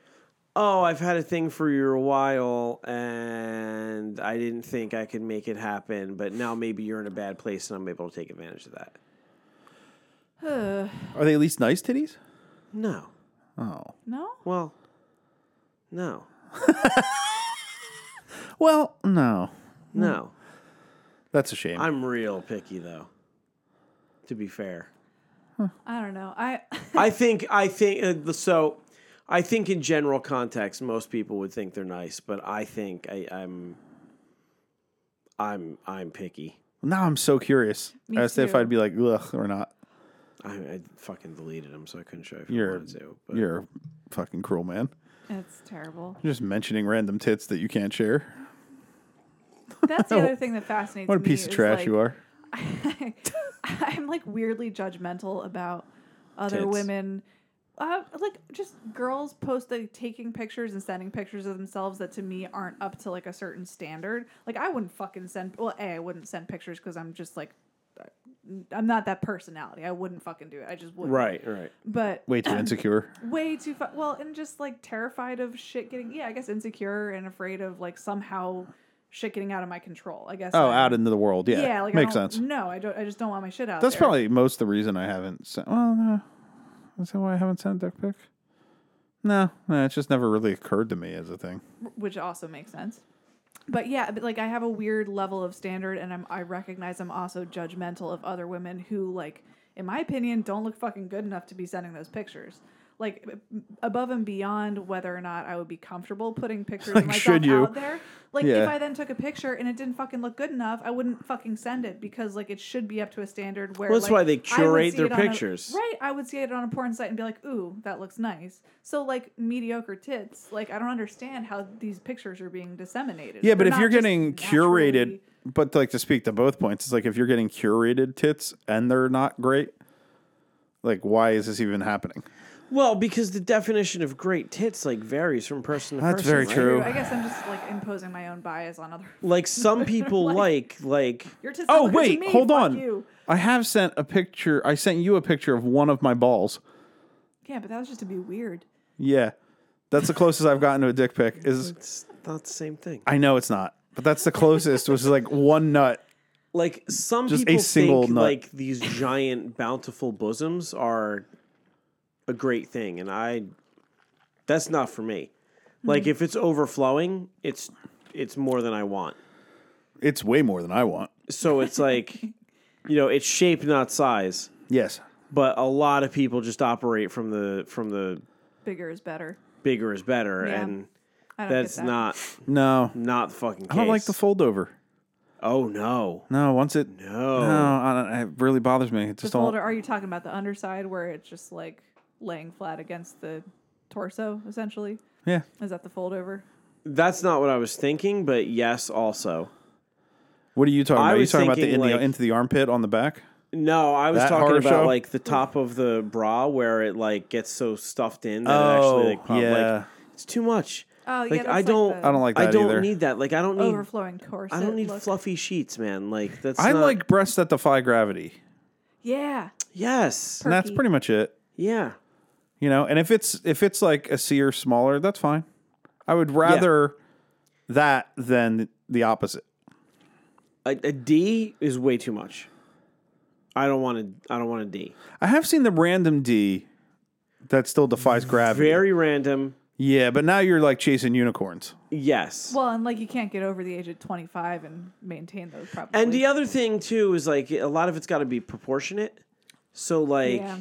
Speaker 9: "Oh, I've had a thing for you a while, and I didn't think I could make it happen, but now maybe you're in a bad place, and I'm able to take advantage of that."
Speaker 10: Are they at least nice titties?
Speaker 9: No,
Speaker 2: No.
Speaker 9: well, no,
Speaker 10: Well, no.
Speaker 9: no.
Speaker 10: That's a shame.
Speaker 9: I'm real picky though. To be fair.
Speaker 2: I don't know. I
Speaker 9: I think I think uh, so. I think in general context, most people would think they're nice, but I think I, I'm, I'm, I'm picky.
Speaker 10: Now I'm so curious
Speaker 2: Me
Speaker 10: as to if
Speaker 2: too.
Speaker 10: I'd be like ugh or not.
Speaker 9: I, I fucking deleted them, so I couldn't show you if
Speaker 10: You're-
Speaker 9: I wanted to. But
Speaker 10: You're a fucking cruel man.
Speaker 2: It's terrible.
Speaker 10: You're just mentioning random tits that you can't share.
Speaker 2: That's the other thing that fascinates
Speaker 10: What a
Speaker 2: me.
Speaker 10: piece of
Speaker 2: is,
Speaker 10: trash
Speaker 2: like,
Speaker 10: you are.
Speaker 2: I'm like weirdly judgmental about other
Speaker 9: Tits.
Speaker 2: women. Uh, like just girls post like taking pictures and sending pictures of themselves that to me aren't up to like a certain standard. Like I wouldn't fucking send. Well, a I wouldn't send pictures because I'm just like, uh, I'm not that personality. I wouldn't fucking do it. I just wouldn't.
Speaker 9: right, right.
Speaker 2: But
Speaker 10: Way too insecure.
Speaker 2: way too fu- well and just like terrified of shit getting yeah i guess insecure and afraid of like somehow shit getting out of my control i guess
Speaker 10: Oh,
Speaker 2: I'm-
Speaker 10: out into the world. Yeah,
Speaker 2: yeah, like
Speaker 10: makes
Speaker 2: I don't-
Speaker 10: sense.
Speaker 2: no i don't i just don't want my shit out
Speaker 10: That's
Speaker 2: there.
Speaker 10: probably most of the reason I haven't sent. Well, no. Is that why I haven't sent a dick pic? No, no, it just never really occurred to me as a thing.
Speaker 2: which also makes sense but yeah but like i have a weird level of standard and i'm i recognize i'm also judgmental of other women who like in my opinion don't look fucking good enough to be sending those pictures like m- above and beyond whether or not i would be comfortable putting pictures
Speaker 10: Like,
Speaker 2: of myself
Speaker 10: should you?
Speaker 2: out there like
Speaker 10: Yeah.
Speaker 2: if i then took a picture and it didn't fucking look good enough i wouldn't fucking send it because like it should be up to a standard where
Speaker 9: Well, that's
Speaker 2: like,
Speaker 9: why they
Speaker 2: I would
Speaker 9: curate
Speaker 2: see
Speaker 9: their
Speaker 2: it on a-
Speaker 9: pictures.
Speaker 2: right right, I would see it on a porn site and be like, ooh, that looks nice. So like mediocre tits, like I don't understand how these pictures are being disseminated.
Speaker 10: Yeah, but
Speaker 2: They're
Speaker 10: if
Speaker 2: not
Speaker 10: you're
Speaker 2: just
Speaker 10: getting
Speaker 2: naturally-
Speaker 10: curated, but like to speak to both points, it's like if you're getting curated tits and they're not great, like why is this even happening?
Speaker 9: Well, because the definition of great tits like varies from person to
Speaker 10: That's
Speaker 9: person.
Speaker 10: very
Speaker 9: right?
Speaker 10: true.
Speaker 2: I guess I'm just like imposing my own bias on other.
Speaker 9: Like some people like like
Speaker 2: Your tits don't
Speaker 10: Oh
Speaker 2: look good
Speaker 10: wait,
Speaker 2: to me,
Speaker 10: hold
Speaker 2: fuck
Speaker 10: on.
Speaker 2: you.
Speaker 10: I have sent a picture. I sent you a picture of one of my balls.
Speaker 2: Yeah, but that was just to be weird.
Speaker 10: Yeah, that's the closest I've gotten to a dick pic. Is
Speaker 9: it's not the same thing.
Speaker 10: I know it's not, but that's the closest. was like one nut.
Speaker 9: Like some
Speaker 10: Just a
Speaker 9: people
Speaker 10: single
Speaker 9: think
Speaker 10: nut.
Speaker 9: like these giant bountiful bosoms are a great thing, and I that's not for me. Like if it's overflowing, it's it's more than I want.
Speaker 10: It's way more than I want.
Speaker 9: So it's like you know, it's shape not size.
Speaker 10: Yes,
Speaker 9: But a lot of people just operate from the from the
Speaker 2: Bigger is better.
Speaker 9: bigger is better,
Speaker 2: Yeah.
Speaker 9: and
Speaker 2: I don't get
Speaker 9: that's
Speaker 2: that.
Speaker 9: not
Speaker 10: no,
Speaker 9: not the fucking. Case.
Speaker 10: I don't like the fold over.
Speaker 9: Oh no,
Speaker 10: No, once it no,
Speaker 9: no.
Speaker 10: I don't, it really bothers me. It
Speaker 2: The
Speaker 10: just all
Speaker 2: folder. Are you talking about the underside where it's just like laying flat against the torso, essentially?
Speaker 10: yeah.
Speaker 2: Is that the fold over?
Speaker 9: That's not what I was thinking, but yes, also.
Speaker 10: What are you talking
Speaker 9: I
Speaker 10: about? Are you
Speaker 9: was
Speaker 10: talking about the,
Speaker 9: thinking,
Speaker 10: in the
Speaker 9: like-
Speaker 10: into the armpit on the back?
Speaker 9: No, I was
Speaker 10: That
Speaker 9: talking
Speaker 10: horror
Speaker 9: about
Speaker 10: show?
Speaker 9: like the top of the bra where it like gets so stuffed in that it actually like, pop,
Speaker 10: Oh, yeah.
Speaker 9: like it's too much.
Speaker 2: Oh, yeah,
Speaker 9: like
Speaker 2: that's
Speaker 9: I
Speaker 2: like
Speaker 9: don't,
Speaker 2: the-
Speaker 10: I don't like that
Speaker 9: I don't
Speaker 10: either.
Speaker 9: need that. Like I don't need,
Speaker 2: Overflowing corset.
Speaker 9: I don't need
Speaker 2: look.
Speaker 9: fluffy sheets, man. Like that's.
Speaker 10: I
Speaker 9: not-
Speaker 10: like breasts that defy gravity.
Speaker 2: Yeah.
Speaker 9: Yes.
Speaker 10: And that's
Speaker 2: Perky.
Speaker 10: pretty much it.
Speaker 9: Yeah.
Speaker 10: You know, and if it's if it's like a C or smaller, that's fine. I would rather that than the opposite.
Speaker 9: A, a D is way too much. I don't want a, I don't want a D.
Speaker 10: I have seen the random D that still defies gravity.
Speaker 9: Very random.
Speaker 10: yeah, but now you're like chasing unicorns.
Speaker 9: Yes.
Speaker 2: Well, and like you can't get over the age of 25 and maintain those probably.
Speaker 9: And the other thing too is like a lot of it's got to be proportionate. So like
Speaker 2: Yeah.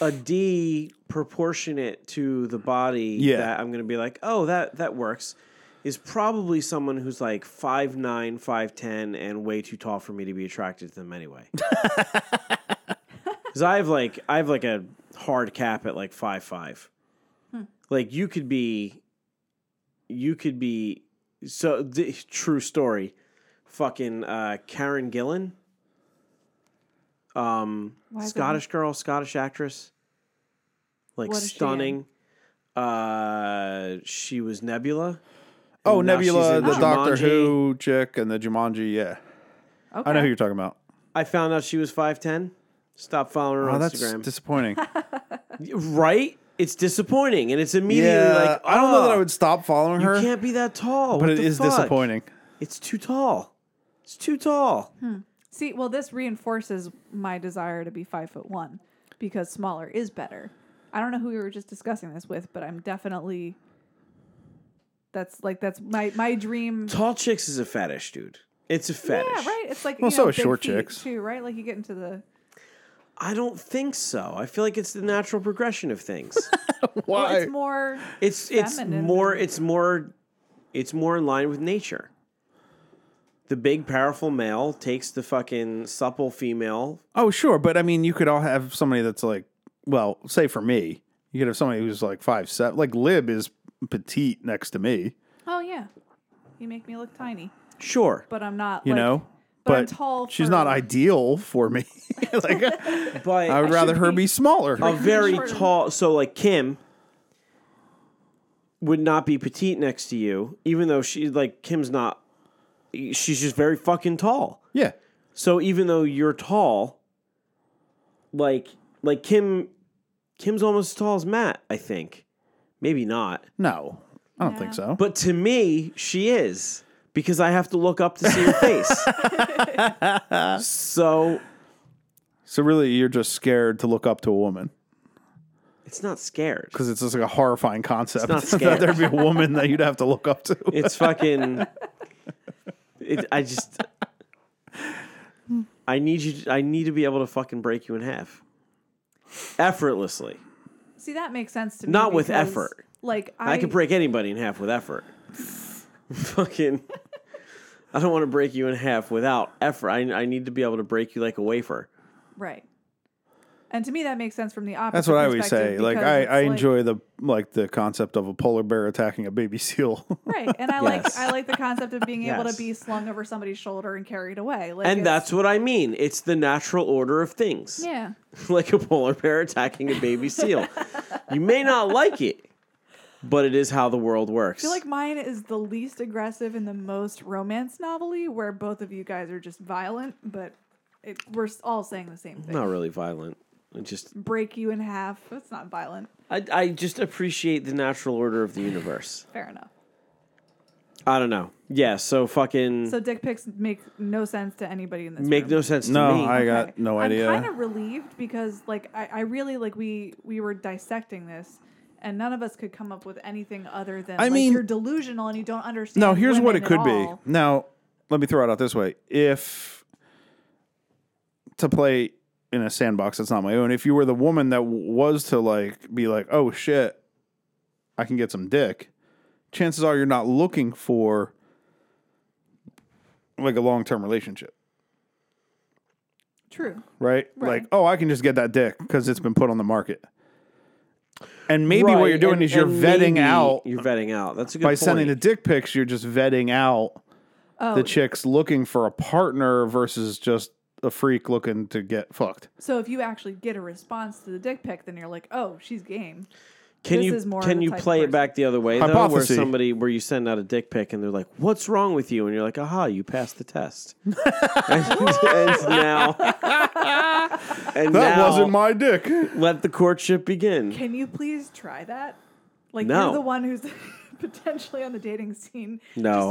Speaker 9: a D proportionate to the body
Speaker 10: Yeah.
Speaker 9: that I'm gonna be like, oh that that works, is probably someone who's like five nine, five ten, and way too tall for me to be attracted to them anyway. Because I have like I have like a hard cap at like five five. Like you could be, you could be. So the true story, fucking uh, Karen Gillan, um,
Speaker 2: Why is it-
Speaker 9: Scottish girl, Scottish actress, like
Speaker 2: What is she in?
Speaker 9: stunning. uh, she was Nebula.
Speaker 10: Oh,
Speaker 9: And now she's
Speaker 10: Nebula,
Speaker 9: in
Speaker 10: the Doctor
Speaker 9: Jumanji.
Speaker 10: Who chick, and the Jumanji. Yeah,
Speaker 2: okay.
Speaker 10: I know who you're talking about.
Speaker 9: I found out she was five ten. Stop following her
Speaker 10: Oh,
Speaker 9: on
Speaker 10: that's
Speaker 9: Instagram.
Speaker 10: disappointing.
Speaker 9: right? It's disappointing, and it's immediately
Speaker 10: yeah,
Speaker 9: like
Speaker 10: I don't know that I
Speaker 9: "Oh."
Speaker 10: would stop following her.
Speaker 9: You can't be that tall.
Speaker 10: but
Speaker 9: What
Speaker 10: it
Speaker 9: the
Speaker 10: is
Speaker 9: fuck?
Speaker 10: disappointing.
Speaker 9: It's too tall. It's too tall.
Speaker 2: See, well, this reinforces my desire to be five foot one because smaller is better. I don't know who we were just discussing this with, but I'm definitely. That's like that's my my dream.
Speaker 9: Tall chicks is a fetish, dude. It's a fetish.
Speaker 2: Yeah, right. It's like
Speaker 10: Well,
Speaker 2: you
Speaker 10: so
Speaker 2: know,
Speaker 10: is
Speaker 2: big
Speaker 10: short
Speaker 2: feet
Speaker 10: chicks.
Speaker 2: too, right? Like you get into the
Speaker 9: I don't think so. I feel like it's the natural progression of things.
Speaker 2: Well, it's more.
Speaker 9: it's it's
Speaker 2: Feminine.
Speaker 9: more it's more it's more in line with nature. The big powerful male takes the fucking supple female.
Speaker 10: Oh, sure, but I mean, you could all have somebody that's like, well, say for me, you could have somebody who's like five seven. Like Lib is petite next to me.
Speaker 2: Oh yeah, you make me look tiny,
Speaker 9: Sure.
Speaker 2: but I'm not.
Speaker 10: You
Speaker 2: like,
Speaker 10: know.
Speaker 2: but,
Speaker 10: But
Speaker 2: I'm tall.
Speaker 10: she's
Speaker 2: for-
Speaker 10: not ideal for me. like I
Speaker 9: But
Speaker 10: would rather her be smaller.
Speaker 9: a very
Speaker 2: shorter.
Speaker 9: tall so like Kim would not be petite next to you, even though she like Kim's not she's just very fucking tall.
Speaker 10: yeah.
Speaker 9: So even though you're tall, like like Kim Kim's almost as tall as Matt, I think. Maybe not.
Speaker 10: No, I don't think so.
Speaker 9: But to me, she is because I have to look up to see her face. so
Speaker 10: so really, you're just scared to look up to a woman
Speaker 9: it's not scared.
Speaker 10: because it's just like a horrifying concept
Speaker 9: not
Speaker 10: that
Speaker 9: scared.
Speaker 10: there'd be a woman that you'd have to look up to.
Speaker 9: It's fucking. It, I just. I need you. I need to be able to fucking break you in half. Effortlessly,
Speaker 2: See, that makes sense to me.
Speaker 9: Not with
Speaker 2: because,
Speaker 9: effort.
Speaker 2: Like I,
Speaker 9: I, could break anybody in half with effort. fucking. I don't want to break you in half without effort. I, I need to be able to break you like a wafer.
Speaker 2: right. And to me, that makes sense from the opposite.
Speaker 10: That's what I always say.
Speaker 2: perspective
Speaker 10: Like
Speaker 2: because
Speaker 10: I,
Speaker 2: it's
Speaker 10: I enjoy the like the concept of a polar bear attacking a baby seal.
Speaker 2: Right, and I
Speaker 9: Yes.
Speaker 2: like I like the concept of being able
Speaker 9: Yes.
Speaker 2: to be slung over somebody's shoulder and carried away. Like
Speaker 9: And
Speaker 2: it's-
Speaker 9: that's what I mean. It's the natural order of things.
Speaker 2: yeah.
Speaker 9: like a polar bear attacking a baby seal. you may not like it, but it is how the world works.
Speaker 2: I feel like mine is the least aggressive and the most romance novelty, where both of you guys are just violent, but it, we're s- all saying the same thing.
Speaker 9: not really violent. I just
Speaker 2: Break you in half. That's not violent.
Speaker 9: I, I just appreciate the natural order of the universe.
Speaker 2: Fair enough.
Speaker 9: I don't know. Yeah, so fucking
Speaker 2: So dick pics make no sense to anybody in this.
Speaker 9: make
Speaker 2: room.
Speaker 9: no sense to
Speaker 10: no,
Speaker 9: me.
Speaker 10: I got
Speaker 2: Okay.
Speaker 10: no idea.
Speaker 2: I'm kind of relieved because like I, I really like we we were dissecting this. And none of us could come up with anything other than
Speaker 10: I
Speaker 2: like
Speaker 10: mean-
Speaker 2: you're delusional and you don't understand.
Speaker 10: No, here's what
Speaker 2: women
Speaker 10: it
Speaker 2: at
Speaker 10: could be.
Speaker 2: all.
Speaker 10: Now, let me throw it out this way. If to play in a sandbox that's not my own, if you were the woman that w- was to like be like, "Oh shit, I can get some dick." Chances are you're not looking for like a long-term relationship,
Speaker 2: True.
Speaker 10: right?
Speaker 2: Right.
Speaker 10: Like, "Oh, I can just get that dick cuz it's been put on the market." And maybe what
Speaker 9: Right,
Speaker 10: you're doing
Speaker 9: and-
Speaker 10: is you're
Speaker 9: and
Speaker 10: vetting
Speaker 9: maybe
Speaker 10: out
Speaker 9: You're vetting out. That's a good
Speaker 10: by
Speaker 9: point. Oh.
Speaker 10: sending the dick pics, you're just vetting out
Speaker 2: Oh,
Speaker 10: the chicks looking for a partner versus just a freak looking to get fucked.
Speaker 2: So if you actually get a response to the dick pic, then you're like, oh, she's game.
Speaker 9: Can
Speaker 2: This
Speaker 9: you
Speaker 2: is more
Speaker 9: can
Speaker 2: the
Speaker 9: you
Speaker 2: type of
Speaker 9: play it
Speaker 2: person.
Speaker 9: back the other way though, where
Speaker 10: Hypothesis.
Speaker 9: somebody where you send out a dick pic and they're like, "What's wrong with you?" and you're like, "Aha, you passed the test." and, and now, and
Speaker 10: That
Speaker 9: now,
Speaker 10: wasn't my dick.
Speaker 9: let the courtship begin.
Speaker 2: Can you please try that? Like
Speaker 9: No.
Speaker 2: you're the one who's potentially on the dating scene.
Speaker 9: No,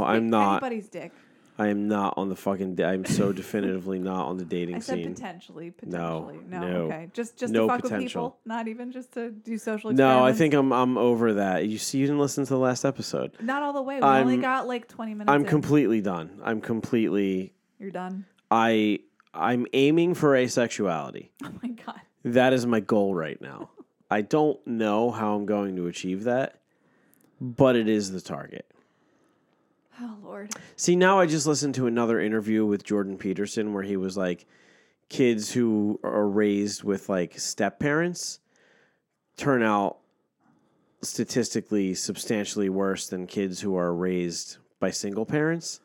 Speaker 2: Just pick
Speaker 9: I'm not.
Speaker 2: Anybody's dick.
Speaker 9: I am not on the fucking. da- I'm so definitively not on the dating
Speaker 2: I said
Speaker 9: scene.
Speaker 2: potentially, potentially. No,
Speaker 9: no,
Speaker 2: okay, just just
Speaker 9: no
Speaker 2: to fuck
Speaker 9: potential.
Speaker 2: with people, not even just to do social.
Speaker 9: No, I
Speaker 2: experiments?
Speaker 9: think I'm I'm over that. You see, you didn't listen to the last episode.
Speaker 2: not all the way. We only
Speaker 9: I'm-
Speaker 2: got like 20 minutes.
Speaker 9: I'm
Speaker 2: in.
Speaker 9: completely done. I'm completely.
Speaker 2: You're done.
Speaker 9: I I'm aiming for asexuality.
Speaker 2: Oh my god.
Speaker 9: That is my goal right now. I don't know how I'm going to achieve that, but it is the target.
Speaker 2: Oh lord.
Speaker 9: See, now I just listened to another interview with Jordan Peterson where he was like, kids who are raised with like step parents turn out statistically substantially worse than kids who are raised by single parents.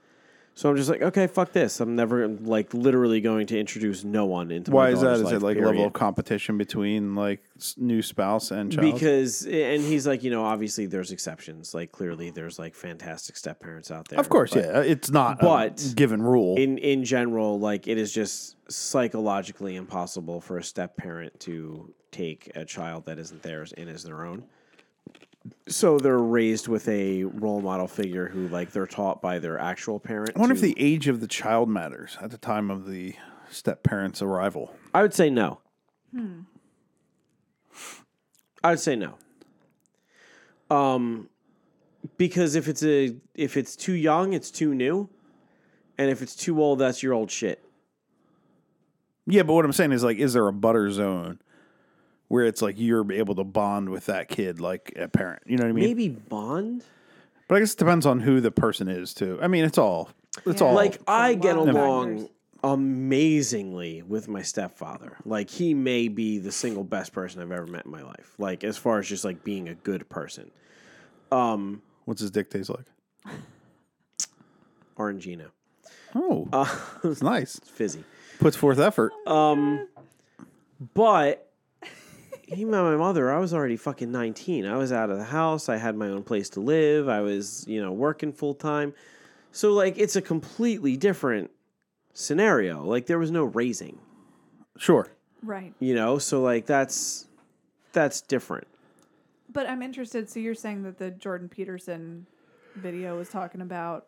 Speaker 9: So I'm just like, okay, fuck this. I'm never like literally going to introduce no one into my
Speaker 10: Why is that?
Speaker 9: daughter's
Speaker 10: Is
Speaker 9: life,
Speaker 10: it like a
Speaker 9: period.
Speaker 10: level of competition between like s- new spouse and child?
Speaker 9: because and he's like you know obviously there's exceptions like clearly there's like fantastic step parents out there
Speaker 10: of course,
Speaker 9: but
Speaker 10: yeah, it's not
Speaker 9: but-
Speaker 10: a given rule.
Speaker 9: in in general like it is just psychologically impossible for a step parent to take a child that isn't theirs and is their own so they're raised with a role model figure who like they're taught by their actual parent
Speaker 10: I wonder if
Speaker 9: to-
Speaker 10: the age of the child matters at the time of the step parent's arrival.
Speaker 9: I would say no. I would say no. Um, because if it's a if it's too young, it's too new, and if it's too old, that's your old shit.
Speaker 10: Yeah, but what I'm saying is like, is there a butter zone where it's like you're able to bond with that kid like a parent? You know what I mean?
Speaker 9: Maybe Bond.
Speaker 10: But I guess it depends on who the person is too. I mean, it's all it's all
Speaker 9: Like I get
Speaker 2: lot of
Speaker 9: along
Speaker 2: factors.
Speaker 9: amazingly with my stepfather. Like he may be the single best person I've ever met in my life. Like as far as just like being a good person. Um,
Speaker 10: what's his dick taste like?
Speaker 9: Orangina,
Speaker 10: Oh,
Speaker 9: uh,
Speaker 10: it's nice.
Speaker 9: fizzy.
Speaker 10: Puts forth effort.
Speaker 9: Um, but he met my mother. I was already fucking 19. I was out of the house. I had my own place to live. I was, you know, working full time. So, like, it's a completely different scenario. Like, there was no raising,
Speaker 10: Sure.
Speaker 2: Right.
Speaker 9: you know? So, like, that's that's different.
Speaker 2: But I'm interested. So you're saying that the Jordan Peterson video was talking about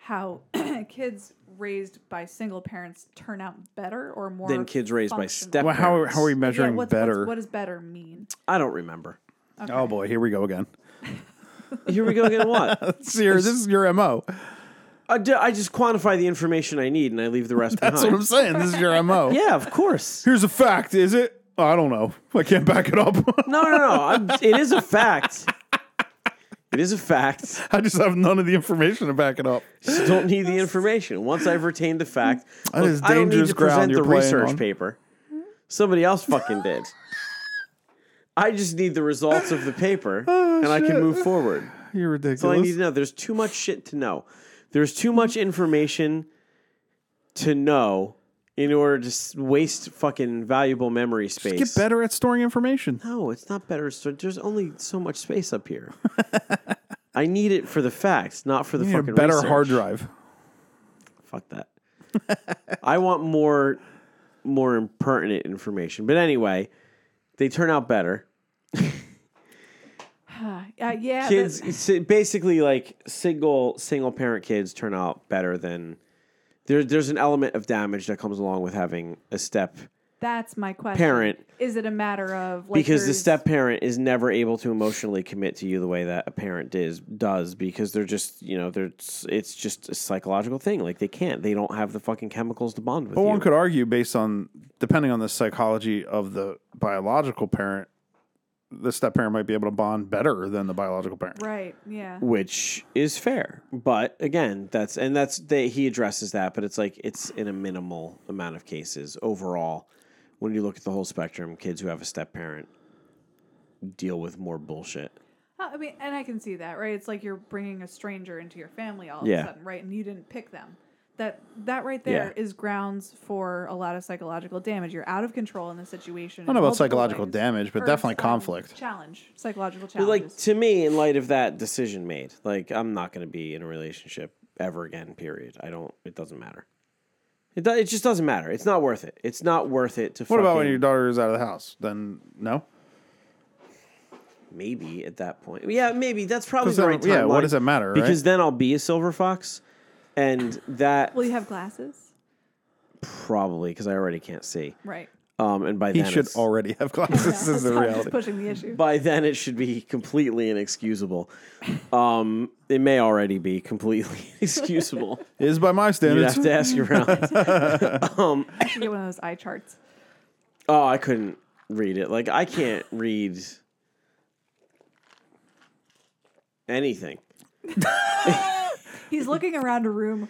Speaker 2: how kids raised by single parents turn out better or more
Speaker 9: Than kids raised by
Speaker 2: functional?
Speaker 9: step-
Speaker 10: Well, how,
Speaker 9: Parents.
Speaker 10: how are we
Speaker 9: Yeah,
Speaker 2: Yeah,
Speaker 10: measuring
Speaker 2: what's- what's-
Speaker 10: better?
Speaker 2: what does better mean?
Speaker 9: I don't remember.
Speaker 10: Oh boy, here we go again.
Speaker 9: Here we go again. What?
Speaker 10: It's your, this is your mo.
Speaker 9: I, ju- I just quantify the information I need and I leave the rest
Speaker 10: That's what I'm
Speaker 9: behind.
Speaker 10: saying. This is your mo.
Speaker 9: Uh-huh. yeah, of course.
Speaker 10: Here's a fact. Is it? I don't know. I can't back it up.
Speaker 9: No, no, no. I'm, it is a fact. It is a fact.
Speaker 10: I just have none of the information to back it up.
Speaker 9: Just don't need the information. Once I've retained the fact,
Speaker 10: That is
Speaker 9: I don't need
Speaker 10: dangerous
Speaker 9: to
Speaker 10: ground
Speaker 9: present
Speaker 10: you're
Speaker 9: the
Speaker 10: playing
Speaker 9: research
Speaker 10: on.
Speaker 9: paper. Somebody else fucking did. I just need the results of the paper, and I can
Speaker 10: Oh, shit.
Speaker 9: move forward.
Speaker 10: You're
Speaker 9: That's all I
Speaker 10: ridiculous.
Speaker 9: need to know. There's too much shit to know. There's too much information to know in order to s- waste fucking valuable memory space.
Speaker 10: Get better at storing information.
Speaker 9: No, it's not better. So there's only so much space up here. I need it for the facts, not for the
Speaker 10: You need a
Speaker 9: fucking
Speaker 10: better
Speaker 9: research.
Speaker 10: hard drive.
Speaker 9: Fuck that. I want more more impertinent information. But anyway, they turn out better.
Speaker 2: Uh, yeah.
Speaker 9: Kids
Speaker 2: that-
Speaker 9: si- basically like single single parent kids turn out better than there, there's an element of damage that comes along with having a step
Speaker 2: that's my question.
Speaker 9: parent.
Speaker 2: Is it a matter of like
Speaker 9: because the
Speaker 2: there's-
Speaker 9: step parent is never able to emotionally commit to you the way that a parent is does because they're just you know they're it's just a psychological thing like they can't they don't have the fucking chemicals to bond with
Speaker 10: But
Speaker 9: you.
Speaker 10: one could argue, based on depending on the psychology of the biological parent, the step parent might be able to bond better than the biological parent.
Speaker 2: Right. Yeah.
Speaker 9: which is fair but again that's and that's they he addresses that but it's like it's in a minimal amount of cases overall when you look at the whole spectrum kids who have a step parent deal with more bullshit
Speaker 2: Uh, I mean, and I can see that, right? It's like you're bringing a stranger into your family all
Speaker 9: Yeah.
Speaker 2: of a sudden, right? And you didn't pick them. That that right there is
Speaker 9: Yeah.
Speaker 2: grounds for a lot of psychological damage. You're out of control in the situation. I
Speaker 10: don't know about psychological damage, but definitely conflict.
Speaker 2: challenge, psychological
Speaker 9: But, like
Speaker 2: challenges.
Speaker 9: to me in light of that decision made like i'm not going to be in a relationship ever again period i don't it doesn't matter it, do, it just doesn't matter it's not worth it it's not worth it to
Speaker 10: What about when
Speaker 9: fucking-
Speaker 10: your daughter is out of the house? Then no,
Speaker 9: maybe at that point. Yeah, maybe that's probably
Speaker 10: 'Cause
Speaker 9: the
Speaker 10: then-
Speaker 9: right time.
Speaker 10: yeah, what does it matter, right?
Speaker 9: Because then I'll be a silver fox, and that
Speaker 2: Will you have glasses?
Speaker 9: probably because I already can't see.
Speaker 2: Right.
Speaker 9: Um, and by
Speaker 10: he
Speaker 9: then
Speaker 10: should
Speaker 9: it's-
Speaker 10: already have glasses.
Speaker 2: Yeah,
Speaker 10: This is the
Speaker 2: so I'm just
Speaker 10: reality.
Speaker 2: pushing the issue.
Speaker 9: by then it should be completely inexcusable. Um, it may already be completely inexcusable.
Speaker 10: It is by my
Speaker 9: You'd
Speaker 10: standards.
Speaker 9: have to ask around.
Speaker 2: I should get one of those eye charts.
Speaker 9: Oh, I couldn't read it. Like I can't read anything.
Speaker 2: He's looking around a room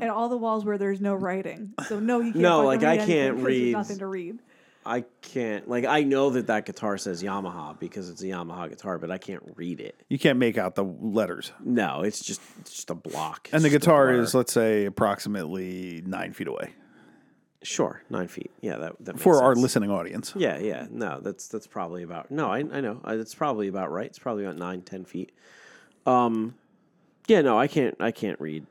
Speaker 2: at all the walls where there's no writing. So no, you can't. fucking
Speaker 9: No, like, I
Speaker 2: read anything
Speaker 9: can't
Speaker 2: 'cause
Speaker 9: read-
Speaker 2: There's nothing to read.
Speaker 9: I can't like I know that that guitar says Yamaha because it's a Yamaha guitar, but I can't read it.
Speaker 10: You can't make out the letters,
Speaker 9: No, it's just it's just a block. It's
Speaker 10: and the
Speaker 9: just a
Speaker 10: guitar
Speaker 9: blur.
Speaker 10: is let's say approximately nine feet away
Speaker 9: sure nine feet. Yeah, that that makes
Speaker 10: for our
Speaker 9: sense.
Speaker 10: listening audience.
Speaker 9: Yeah, yeah. No, that's that's probably about no. I I know Uh, that's probably about right. It's probably about nine ten feet. Um, yeah. No, I can't I can't read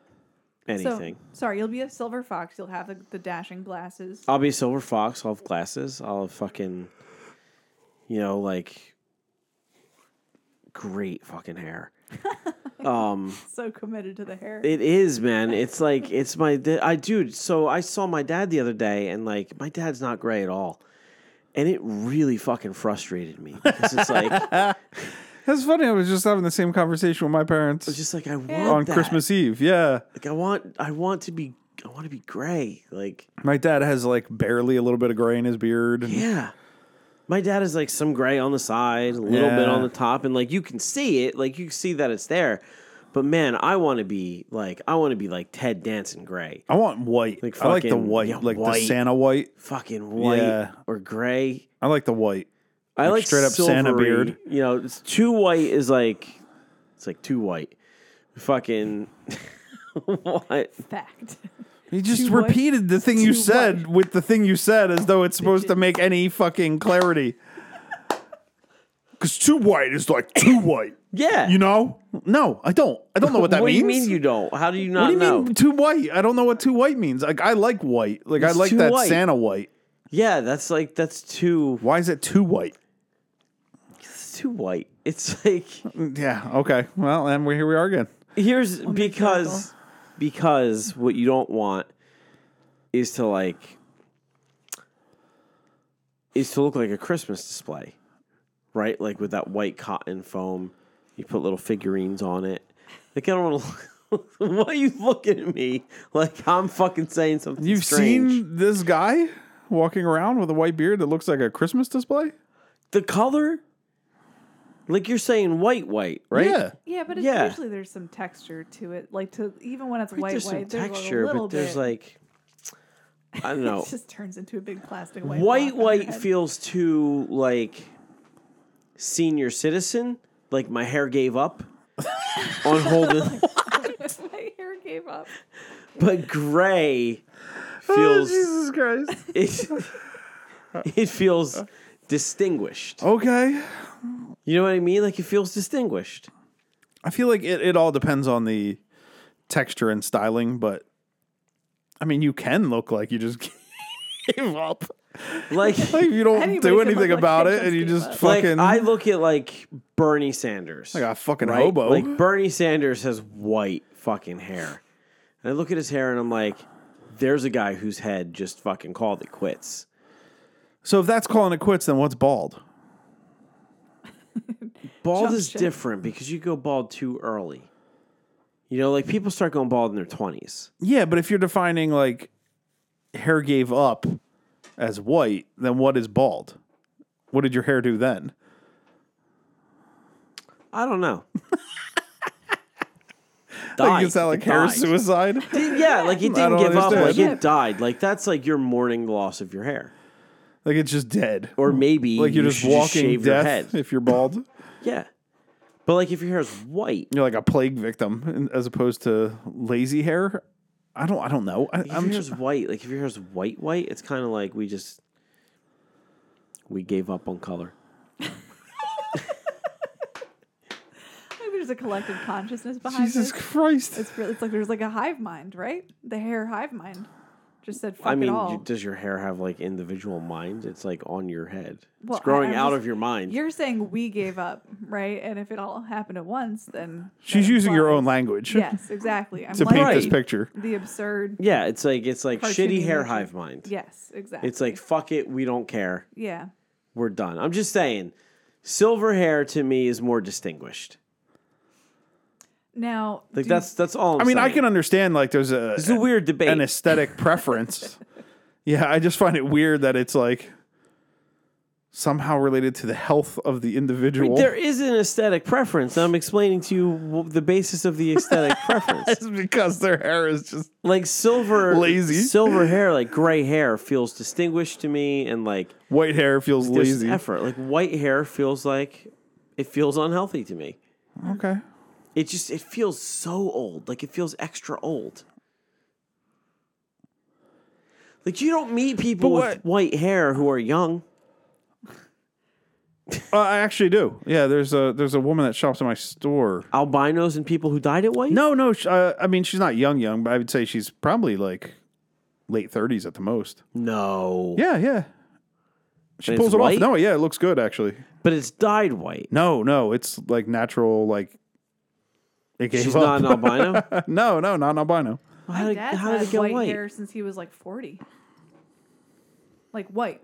Speaker 9: anything.
Speaker 2: So, sorry, you'll be a silver fox. You'll have the, the dashing glasses.
Speaker 9: I'll be a silver fox. I'll have glasses. I'll have fucking, you know, like great fucking hair. um.
Speaker 2: so committed to the hair.
Speaker 9: It is, man. It's like it's my th- I dude. So I saw my dad the other day, and like my dad's not gray at all, and it really fucking frustrated me because it's like it's
Speaker 10: That's funny. I was just having the same conversation with my parents
Speaker 9: just like I want
Speaker 10: on
Speaker 9: that.
Speaker 10: Christmas Eve. Yeah,
Speaker 9: Like I want I want to be I want to be gray. Like,
Speaker 10: My dad has like barely a little bit of gray in his beard. and-
Speaker 9: yeah. My dad is like some gray on the side, a little bit
Speaker 10: Yeah.
Speaker 9: on the top, and like you can see it, like you can see that it's there. But man, I want to be like I want to be like Ted Danson gray,
Speaker 10: I want white.
Speaker 9: Like
Speaker 10: I like the
Speaker 9: fucking-
Speaker 10: white,
Speaker 9: yeah,
Speaker 10: like
Speaker 9: white.
Speaker 10: the Santa white.
Speaker 9: fucking white
Speaker 10: Yeah.
Speaker 9: or gray.
Speaker 10: I like the white.
Speaker 9: I
Speaker 10: Like
Speaker 9: like
Speaker 10: straight up Santa
Speaker 9: silvery,
Speaker 10: beard.
Speaker 9: You know, it's too white is like it's like too white. Fucking what?
Speaker 2: Fact.
Speaker 10: You just
Speaker 2: Too white.
Speaker 10: repeated the thing you
Speaker 2: Too
Speaker 10: said with the thing you said as though it's supposed to make any fucking clarity. Because too white is like too white.
Speaker 9: Yeah.
Speaker 10: You know? No, I don't. I don't know what that
Speaker 9: what do
Speaker 10: means.
Speaker 9: you mean you don't? How do you not
Speaker 10: What do you
Speaker 9: know?
Speaker 10: mean too white? I don't know what too white means. Like I like white. Like I
Speaker 9: It's
Speaker 10: like
Speaker 9: too
Speaker 10: that
Speaker 9: white.
Speaker 10: Santa white.
Speaker 9: Yeah, that's like that's too
Speaker 10: Why is it too white?
Speaker 9: it's too white. It's like
Speaker 10: Yeah. Okay. Well, and we here we are again.
Speaker 9: here's because because what you don't want is to like is to look like a Christmas display, right? Like with that white cotton foam, you put little figurines on it. Like I don't want to. Why are you looking at me like I'm fucking saying something?
Speaker 10: You've
Speaker 9: strange?
Speaker 10: seen this guy walking around with a white beard that looks like a Christmas display,
Speaker 9: the color. Like you're saying white, white, right?
Speaker 10: Yeah.
Speaker 2: Yeah, but it's
Speaker 9: Yeah.
Speaker 2: usually there's some texture to it. Like to even when it's white,
Speaker 9: there's
Speaker 2: white,
Speaker 9: some
Speaker 2: there's
Speaker 9: texture,
Speaker 2: a little
Speaker 9: but there's
Speaker 2: bit.
Speaker 9: like I don't know.
Speaker 2: it just turns into a big plastic white. block
Speaker 9: white
Speaker 2: on your
Speaker 9: white
Speaker 2: head.
Speaker 9: feels too like senior citizen. Like my hair gave up on holding,
Speaker 2: My hair gave up.
Speaker 9: but gray feels
Speaker 10: Oh, Jesus Christ.
Speaker 9: it. It feels distinguished.
Speaker 10: Okay.
Speaker 9: You know what I mean? Like it feels distinguished.
Speaker 10: I feel like it, it all depends on the texture and styling, but I mean, you can look like you just gave up.
Speaker 9: Like
Speaker 10: Like if you don't
Speaker 2: Anybody
Speaker 10: do
Speaker 2: can look
Speaker 10: anything
Speaker 2: like
Speaker 10: about
Speaker 2: they
Speaker 10: it, and
Speaker 2: just
Speaker 10: you
Speaker 2: gave
Speaker 10: just
Speaker 2: up.
Speaker 9: like
Speaker 10: fucking
Speaker 9: I
Speaker 10: like,
Speaker 9: look at like Bernie Sanders.
Speaker 10: a fucking
Speaker 9: right?
Speaker 10: hobo.
Speaker 9: Like Bernie Sanders has white fucking hair. And I look at his hair and I'm like, there's a guy whose head just fucking called it quits.
Speaker 10: so if that's calling it quits, then what's bald?
Speaker 9: Bald
Speaker 2: Jump
Speaker 9: is
Speaker 2: ship.
Speaker 9: different because you go bald too early. You know, like people start going bald in their 20s.
Speaker 10: Yeah, but if you're defining like hair gave up as white, then what is bald? What did your hair do then?
Speaker 9: I don't know.
Speaker 10: Like,
Speaker 9: Died.
Speaker 10: is that like
Speaker 9: It
Speaker 10: hair
Speaker 9: died.
Speaker 10: suicide?
Speaker 9: Yeah, like it didn't
Speaker 10: I don't
Speaker 9: give up. Like
Speaker 10: understand.
Speaker 9: it died. Like that's like you're mourning the loss of your hair.
Speaker 10: like it's just dead.
Speaker 9: Or maybe
Speaker 10: like you're
Speaker 9: you
Speaker 10: just
Speaker 9: should
Speaker 10: walking
Speaker 9: shave your
Speaker 10: death
Speaker 9: head.
Speaker 10: if you're bald.
Speaker 9: Yeah. But like if your hair is white,
Speaker 10: You're like a plague victim in- as opposed to lazy hair. I don't. I don't know. I,
Speaker 9: If
Speaker 10: I'm
Speaker 9: your
Speaker 10: just,
Speaker 9: hair's white, like if your hair's white, white, it's kind of like we just we gave up on color.
Speaker 2: Maybe there's a collective consciousness behind
Speaker 10: Jesus
Speaker 2: this.
Speaker 10: Christ.
Speaker 2: It's really, it's like there's like a hive mind, right? The hair hive mind just said fuck
Speaker 9: I mean,
Speaker 2: it
Speaker 9: you,
Speaker 2: all.
Speaker 9: does your hair have like individual minds? It's like on your head.
Speaker 2: Well, I-
Speaker 9: it's growing
Speaker 2: I'm
Speaker 9: out
Speaker 2: just-
Speaker 9: of your mind.
Speaker 2: You're saying we gave up, right? And if it all happened at once, then
Speaker 10: She's
Speaker 2: that
Speaker 10: using your own
Speaker 2: implies-
Speaker 10: language
Speaker 2: Yes, exactly. I'm
Speaker 10: to
Speaker 2: like
Speaker 10: paint this
Speaker 9: Right.
Speaker 10: picture.
Speaker 2: the absurd.
Speaker 9: yeah, it's like it's like shitty
Speaker 2: Cartoony
Speaker 9: hair
Speaker 2: nature.
Speaker 9: hive mind.
Speaker 2: Yes, exactly.
Speaker 9: It's like fuck it, we don't care.
Speaker 2: yeah.
Speaker 9: We're done. I'm just saying, silver hair to me is more distinguished.
Speaker 2: Now,
Speaker 9: Like
Speaker 2: do-
Speaker 9: that's that's all. I'm
Speaker 10: I mean, I
Speaker 9: saying.
Speaker 10: can understand like there's a
Speaker 9: It's a weird debate.
Speaker 10: an aesthetic preference. Yeah, I just find it weird that it's like somehow related to the health of the individual.
Speaker 9: there is an aesthetic preference. and I'm explaining to you w- the basis of the aesthetic preference.
Speaker 10: It's because their hair is just
Speaker 9: like silver
Speaker 10: Lazy.
Speaker 9: silver hair like gray hair feels distinguished to me and like
Speaker 10: white hair feels
Speaker 9: there's
Speaker 10: lazy.
Speaker 9: effort like white hair feels like it feels unhealthy to me
Speaker 10: okay.
Speaker 9: it just it feels so old like it feels extra old like you don't meet people
Speaker 10: But
Speaker 9: with
Speaker 10: what-
Speaker 9: white hair who are young
Speaker 10: Uh, I actually do. Yeah, there's a there's a woman that shops in my store.
Speaker 9: albinos and people who dyed it white
Speaker 10: No, no. sh- Uh, I mean, she's not young, young, but I would say she's probably like late thirties at the most.
Speaker 9: no
Speaker 10: Yeah, yeah. She
Speaker 9: And it's
Speaker 10: pulls it
Speaker 9: white?
Speaker 10: off. No, yeah, it looks good actually.
Speaker 9: but it's dyed white
Speaker 10: No, no, it's like natural. Like it gave
Speaker 9: she's not
Speaker 10: up.
Speaker 9: an albino
Speaker 10: no, no, not an albino.
Speaker 9: how
Speaker 2: My
Speaker 9: did,
Speaker 2: dad's
Speaker 9: how did
Speaker 2: had
Speaker 9: it get
Speaker 2: white,
Speaker 9: white,
Speaker 2: hair since he was like 40. Like white.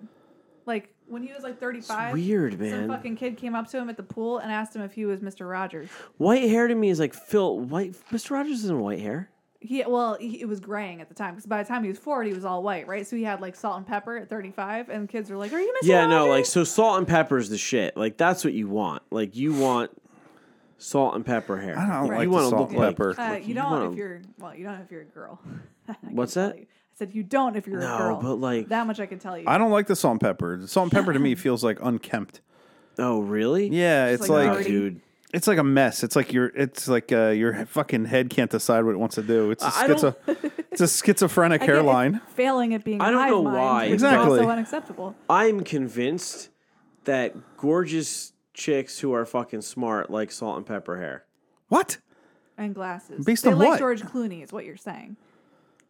Speaker 2: Like when he was like 35.
Speaker 9: weird
Speaker 2: Some
Speaker 9: man
Speaker 2: fucking kid came up to him at the pool and asked him if he was Mr. Rogers.
Speaker 9: White hair to me is like Phil. White Mr. Rogers isn't white hair.
Speaker 2: He well, he, it was graying at the time because by the time he was forty, he was all white, right? So he had like salt and pepper at thirty five, and kids were like, "Are you missing?"
Speaker 9: Yeah, no,
Speaker 2: allergies?"
Speaker 9: like so salt and pepper's the shit. Like that's what you want. Like you want salt and pepper hair.
Speaker 10: I don't
Speaker 9: Like,
Speaker 10: like
Speaker 9: you
Speaker 10: the
Speaker 9: wanna
Speaker 10: salt
Speaker 9: look
Speaker 10: and
Speaker 9: like-
Speaker 10: pepper.
Speaker 2: Uh,
Speaker 9: like,
Speaker 2: you don't
Speaker 9: wanna-
Speaker 2: if you're well, you don't if you're a girl. I can
Speaker 9: What's
Speaker 2: tell
Speaker 9: that?
Speaker 2: you. I said you don't if you're
Speaker 9: No,
Speaker 2: a girl.
Speaker 9: but, like-
Speaker 2: that much I can tell you.
Speaker 10: I don't like the salt and pepper. The salt and pepper to me feels like unkempt.
Speaker 9: Oh, really?
Speaker 10: Yeah, it's
Speaker 2: like
Speaker 10: like,
Speaker 9: Oh,
Speaker 2: dirty.
Speaker 9: dude.
Speaker 10: it's like a mess. It's like your it's like uh, your fucking head can't decide what it wants to do. It's a
Speaker 9: I- I don't-
Speaker 10: schizo, it's a schizophrenic
Speaker 2: I get it
Speaker 10: hairline.
Speaker 2: failing at being.
Speaker 9: I
Speaker 2: a
Speaker 9: don't
Speaker 2: hive
Speaker 9: know
Speaker 2: mind,
Speaker 9: why.
Speaker 2: which is
Speaker 10: Exactly.
Speaker 2: also unacceptable.
Speaker 9: I'm convinced that gorgeous chicks who are fucking smart like salt and pepper hair.
Speaker 10: What?
Speaker 2: And glasses.
Speaker 10: Based
Speaker 2: they
Speaker 10: on
Speaker 2: like
Speaker 10: what?
Speaker 2: George Clooney is what you're saying.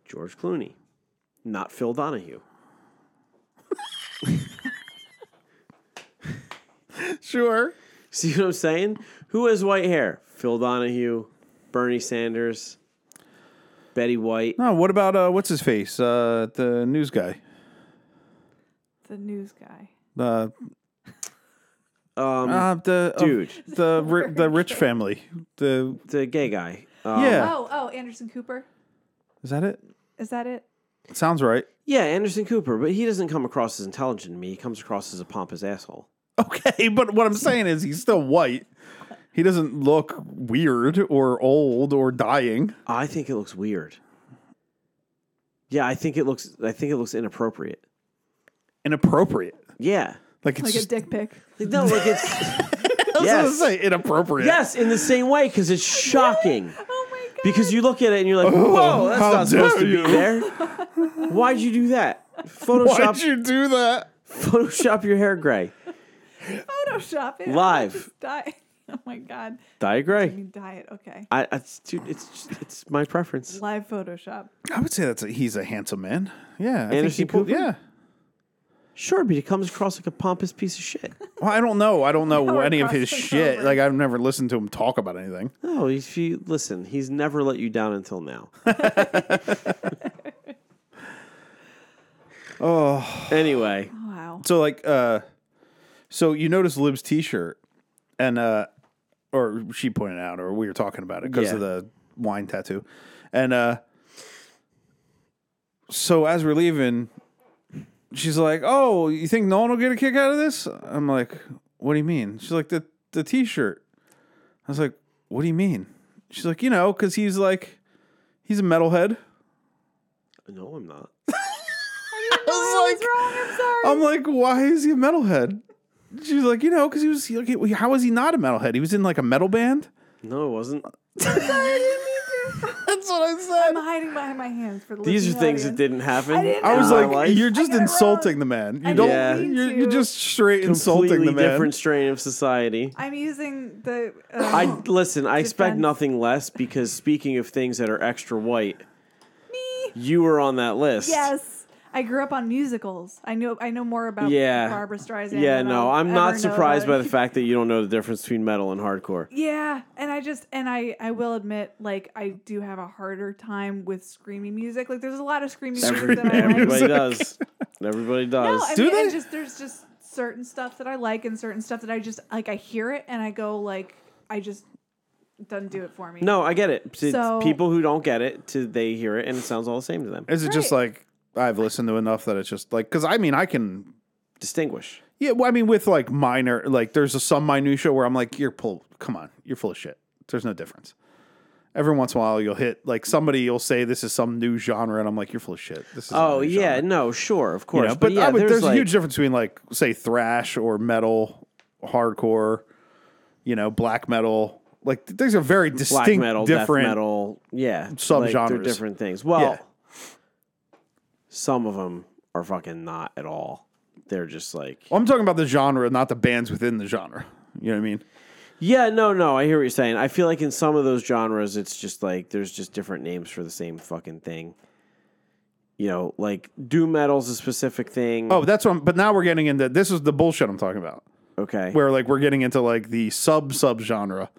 Speaker 9: George Clooney, not Phil Donahue.
Speaker 10: Sure.
Speaker 9: See what I'm saying? Who has white hair? Phil Donahue, Bernie Sanders, Betty White.
Speaker 10: No. What about uh, what's his face? Uh, the news guy.
Speaker 2: The news guy.
Speaker 10: Uh,
Speaker 9: Um,
Speaker 10: uh, the uh,
Speaker 9: dude.
Speaker 10: the ri- the rich family. The
Speaker 9: the gay guy. Um,
Speaker 10: yeah.
Speaker 2: Oh, oh, Anderson Cooper.
Speaker 10: Is that it?
Speaker 2: Is that it?
Speaker 10: Sounds right.
Speaker 9: Yeah, Anderson Cooper, but he doesn't come across as intelligent to me. He comes across as a pompous asshole.
Speaker 10: Okay, but what I'm saying is he's still white. He doesn't look weird or old or dying.
Speaker 9: I think it looks weird. Yeah, I think it looks. I think it looks inappropriate.
Speaker 10: Inappropriate.
Speaker 9: Yeah,
Speaker 10: Like it's
Speaker 2: Like a
Speaker 10: just,
Speaker 2: dick pic.
Speaker 9: Like, no, like it's
Speaker 10: I
Speaker 9: yes,
Speaker 10: was gonna say inappropriate.
Speaker 9: yes, in the same way because it's shocking.
Speaker 2: Oh my god.
Speaker 9: Because you look at it and you're like,
Speaker 10: Oh,
Speaker 9: whoa, that's
Speaker 10: how
Speaker 9: not supposed
Speaker 10: dare
Speaker 9: to
Speaker 10: you."
Speaker 9: be there. Why'd you do that?
Speaker 10: Why'd
Speaker 9: Photoshop,
Speaker 10: you do that?
Speaker 9: Photoshop your hair gray.
Speaker 2: Photoshop it.
Speaker 9: Live.
Speaker 2: Just die. Oh my god.
Speaker 9: Dye
Speaker 2: I
Speaker 9: gray.
Speaker 2: mean, diet. Okay.
Speaker 9: I, I dude, it's just, it's my preference.
Speaker 2: Live Photoshop.
Speaker 10: I would say that's a, he's a handsome man. Yeah, I
Speaker 9: Anderson
Speaker 10: he pulled-
Speaker 9: Cooper?
Speaker 10: Yeah.
Speaker 9: Sure, but he comes across like a pompous piece of shit.
Speaker 10: Well, I don't know. I don't know
Speaker 2: we're
Speaker 10: any of his
Speaker 2: crossing
Speaker 10: shit.
Speaker 2: over.
Speaker 10: Like I've never listened to him talk about anything.
Speaker 9: No, if you listen, he's never let you down until now. oh. Anyway,
Speaker 2: Wow.
Speaker 10: So like, uh, so you notice Lib's T-shirt, and uh, or she pointed out, or we were talking about it because of
Speaker 9: Yeah.
Speaker 10: the wine tattoo, and uh, so as we're leaving, she's like, "Oh, you think no one will get a kick out of this?" I'm like, "What do you mean?" She's like, "The the T-shirt." I was like, "What do you mean?" She's like, "You know, because he's like, he's a metalhead."
Speaker 9: no, I'm not.
Speaker 10: I was like, I'm like, why is he a metalhead? She's like, you know, because he was like, he- how was he not a metalhead? He was in like a metal band.
Speaker 9: No, it wasn't.
Speaker 10: That's what I
Speaker 2: I'm
Speaker 10: said.
Speaker 2: hiding behind my hands for the
Speaker 9: These are
Speaker 2: listening
Speaker 9: things that
Speaker 2: audience.
Speaker 9: didn't happen.
Speaker 2: I didn't
Speaker 10: I was
Speaker 2: No,
Speaker 10: like,
Speaker 9: My life.
Speaker 10: you're just
Speaker 2: I got it
Speaker 10: insulting
Speaker 2: wrong.
Speaker 10: the man. You
Speaker 2: I
Speaker 10: don't.
Speaker 9: didn't mean
Speaker 10: You're, you're
Speaker 2: to.
Speaker 10: just straight insulting
Speaker 9: completely
Speaker 10: the man.
Speaker 9: different strain of society.
Speaker 2: I'm using the. Uh,
Speaker 9: I listen. I expect
Speaker 2: Defense.
Speaker 9: nothing less because speaking of things that are extra white,
Speaker 2: me.
Speaker 9: you were on that list.
Speaker 2: Yes. I grew up on musicals. I know. I know more about
Speaker 9: Yeah.
Speaker 2: Barbara Streisand.
Speaker 9: Yeah.
Speaker 2: than
Speaker 9: No,
Speaker 2: I'll
Speaker 9: I'm
Speaker 2: ever
Speaker 9: not
Speaker 2: know
Speaker 9: surprised by
Speaker 2: about-
Speaker 9: the fact that you don't know the difference between metal and hardcore.
Speaker 2: Yeah, and I just and I I will admit, like I do have a harder time with screamy music. Like there's a lot of screamy
Speaker 9: Every,
Speaker 2: music that I like.
Speaker 9: everybody does. Everybody does.
Speaker 2: No, I
Speaker 10: Do
Speaker 2: mean, and
Speaker 10: they?
Speaker 2: just there's just certain stuff that I like and certain stuff that I just like. I hear it and I go like, I just doesn't do it for me.
Speaker 9: No, I get it. To
Speaker 2: So-
Speaker 9: people who don't get it, to they hear it and it sounds all the same to them.
Speaker 10: Is it just like I've listened to enough that it's just like because I mean I can.
Speaker 9: Distinguish.
Speaker 10: Yeah, well, I mean with like minor like there's a, some minutia where I'm like you're pull. Come on, you're full of shit. There's no difference. Every once in a while, you'll hit like somebody will say this is some new genre, and I'm like, you're full of shit. This is a
Speaker 9: Oh
Speaker 10: new
Speaker 9: yeah,
Speaker 10: genre."
Speaker 9: no, sure, of
Speaker 10: You
Speaker 9: course.
Speaker 10: know,
Speaker 9: but,
Speaker 10: but
Speaker 9: yeah,
Speaker 10: I would,
Speaker 9: there's,
Speaker 10: there's,
Speaker 9: like,
Speaker 10: a huge difference between like say thrash or metal, hardcore, you know, black metal. Like th- there's a very distinct
Speaker 9: black metal,
Speaker 10: different.
Speaker 9: death metal. Yeah, Like, they're
Speaker 10: subgenres.
Speaker 9: different things. Well,
Speaker 10: Yeah.
Speaker 9: some of them are fucking not at all. They're just like
Speaker 10: Well, I'm talking about the genre, not the bands within the genre. You know what I mean?
Speaker 9: yeah, no, no. I hear what you're saying. I feel like in some of those genres, it's just like there's just different names for the same fucking thing. You know, like doom metal's a specific thing.
Speaker 10: Oh, that's what. I'm, but now we're getting into this is the bullshit I'm talking about.
Speaker 9: okay,
Speaker 10: Where like we're getting into like the sub sub genre
Speaker 9: right,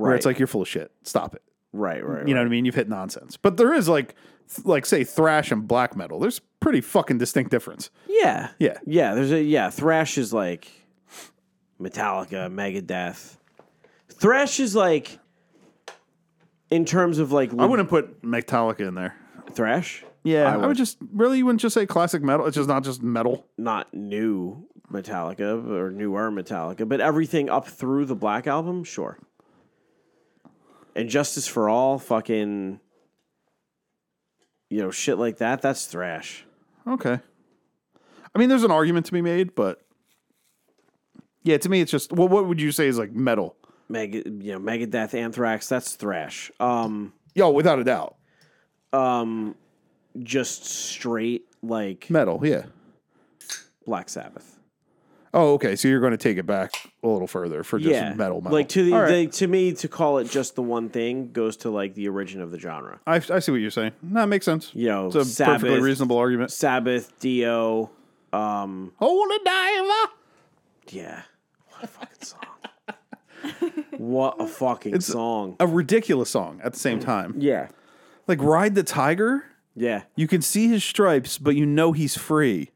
Speaker 10: where it's like you're full of shit. Stop it.
Speaker 9: right, right,
Speaker 10: You know what I mean? You've hit nonsense. But there is like th- like say thrash and black metal. There's pretty fucking distinct difference.
Speaker 9: Yeah.
Speaker 10: Yeah.
Speaker 9: Yeah. There's a yeah. Thrash is like Metallica, Megadeth. Thrash is like in terms of like
Speaker 10: I wouldn't put Metallica in there.
Speaker 9: thrash,
Speaker 10: Yeah, I would.
Speaker 9: would.
Speaker 10: just really you wouldn't just say classic metal. It's just not just metal.
Speaker 9: not new Metallica or newer Metallica, but everything up through the Black Album, sure. And Justice for All, fucking, you know, shit like that. That's thrash.
Speaker 10: Okay. I mean, there's an argument to be made, but yeah, to me, it's just well, what would you say is like metal?
Speaker 9: Meg, you know, Megadeth, Anthrax. That's thrash. Um,
Speaker 10: Yo, without a doubt,
Speaker 9: um, just straight like
Speaker 10: metal. Yeah.
Speaker 9: Black Sabbath.
Speaker 10: Oh, okay. So you're going to take it back a little further for just metal, metal.
Speaker 9: Like to the,
Speaker 10: All right.
Speaker 9: they, to me, to call it just the one thing goes to like the origin of the genre.
Speaker 10: I, I see what you're saying. No, it makes sense.
Speaker 9: You know,
Speaker 10: it's a perfectly
Speaker 9: Sabbath.
Speaker 10: reasonable argument.
Speaker 9: Sabbath, Dio, um,
Speaker 10: Holy diver.
Speaker 9: yeah. What a fucking song. what a fucking song.
Speaker 10: A ridiculous song at the same time.
Speaker 9: yeah.
Speaker 10: Like Ride the Tiger.
Speaker 9: Yeah.
Speaker 10: You can see his stripes, but you know he's free.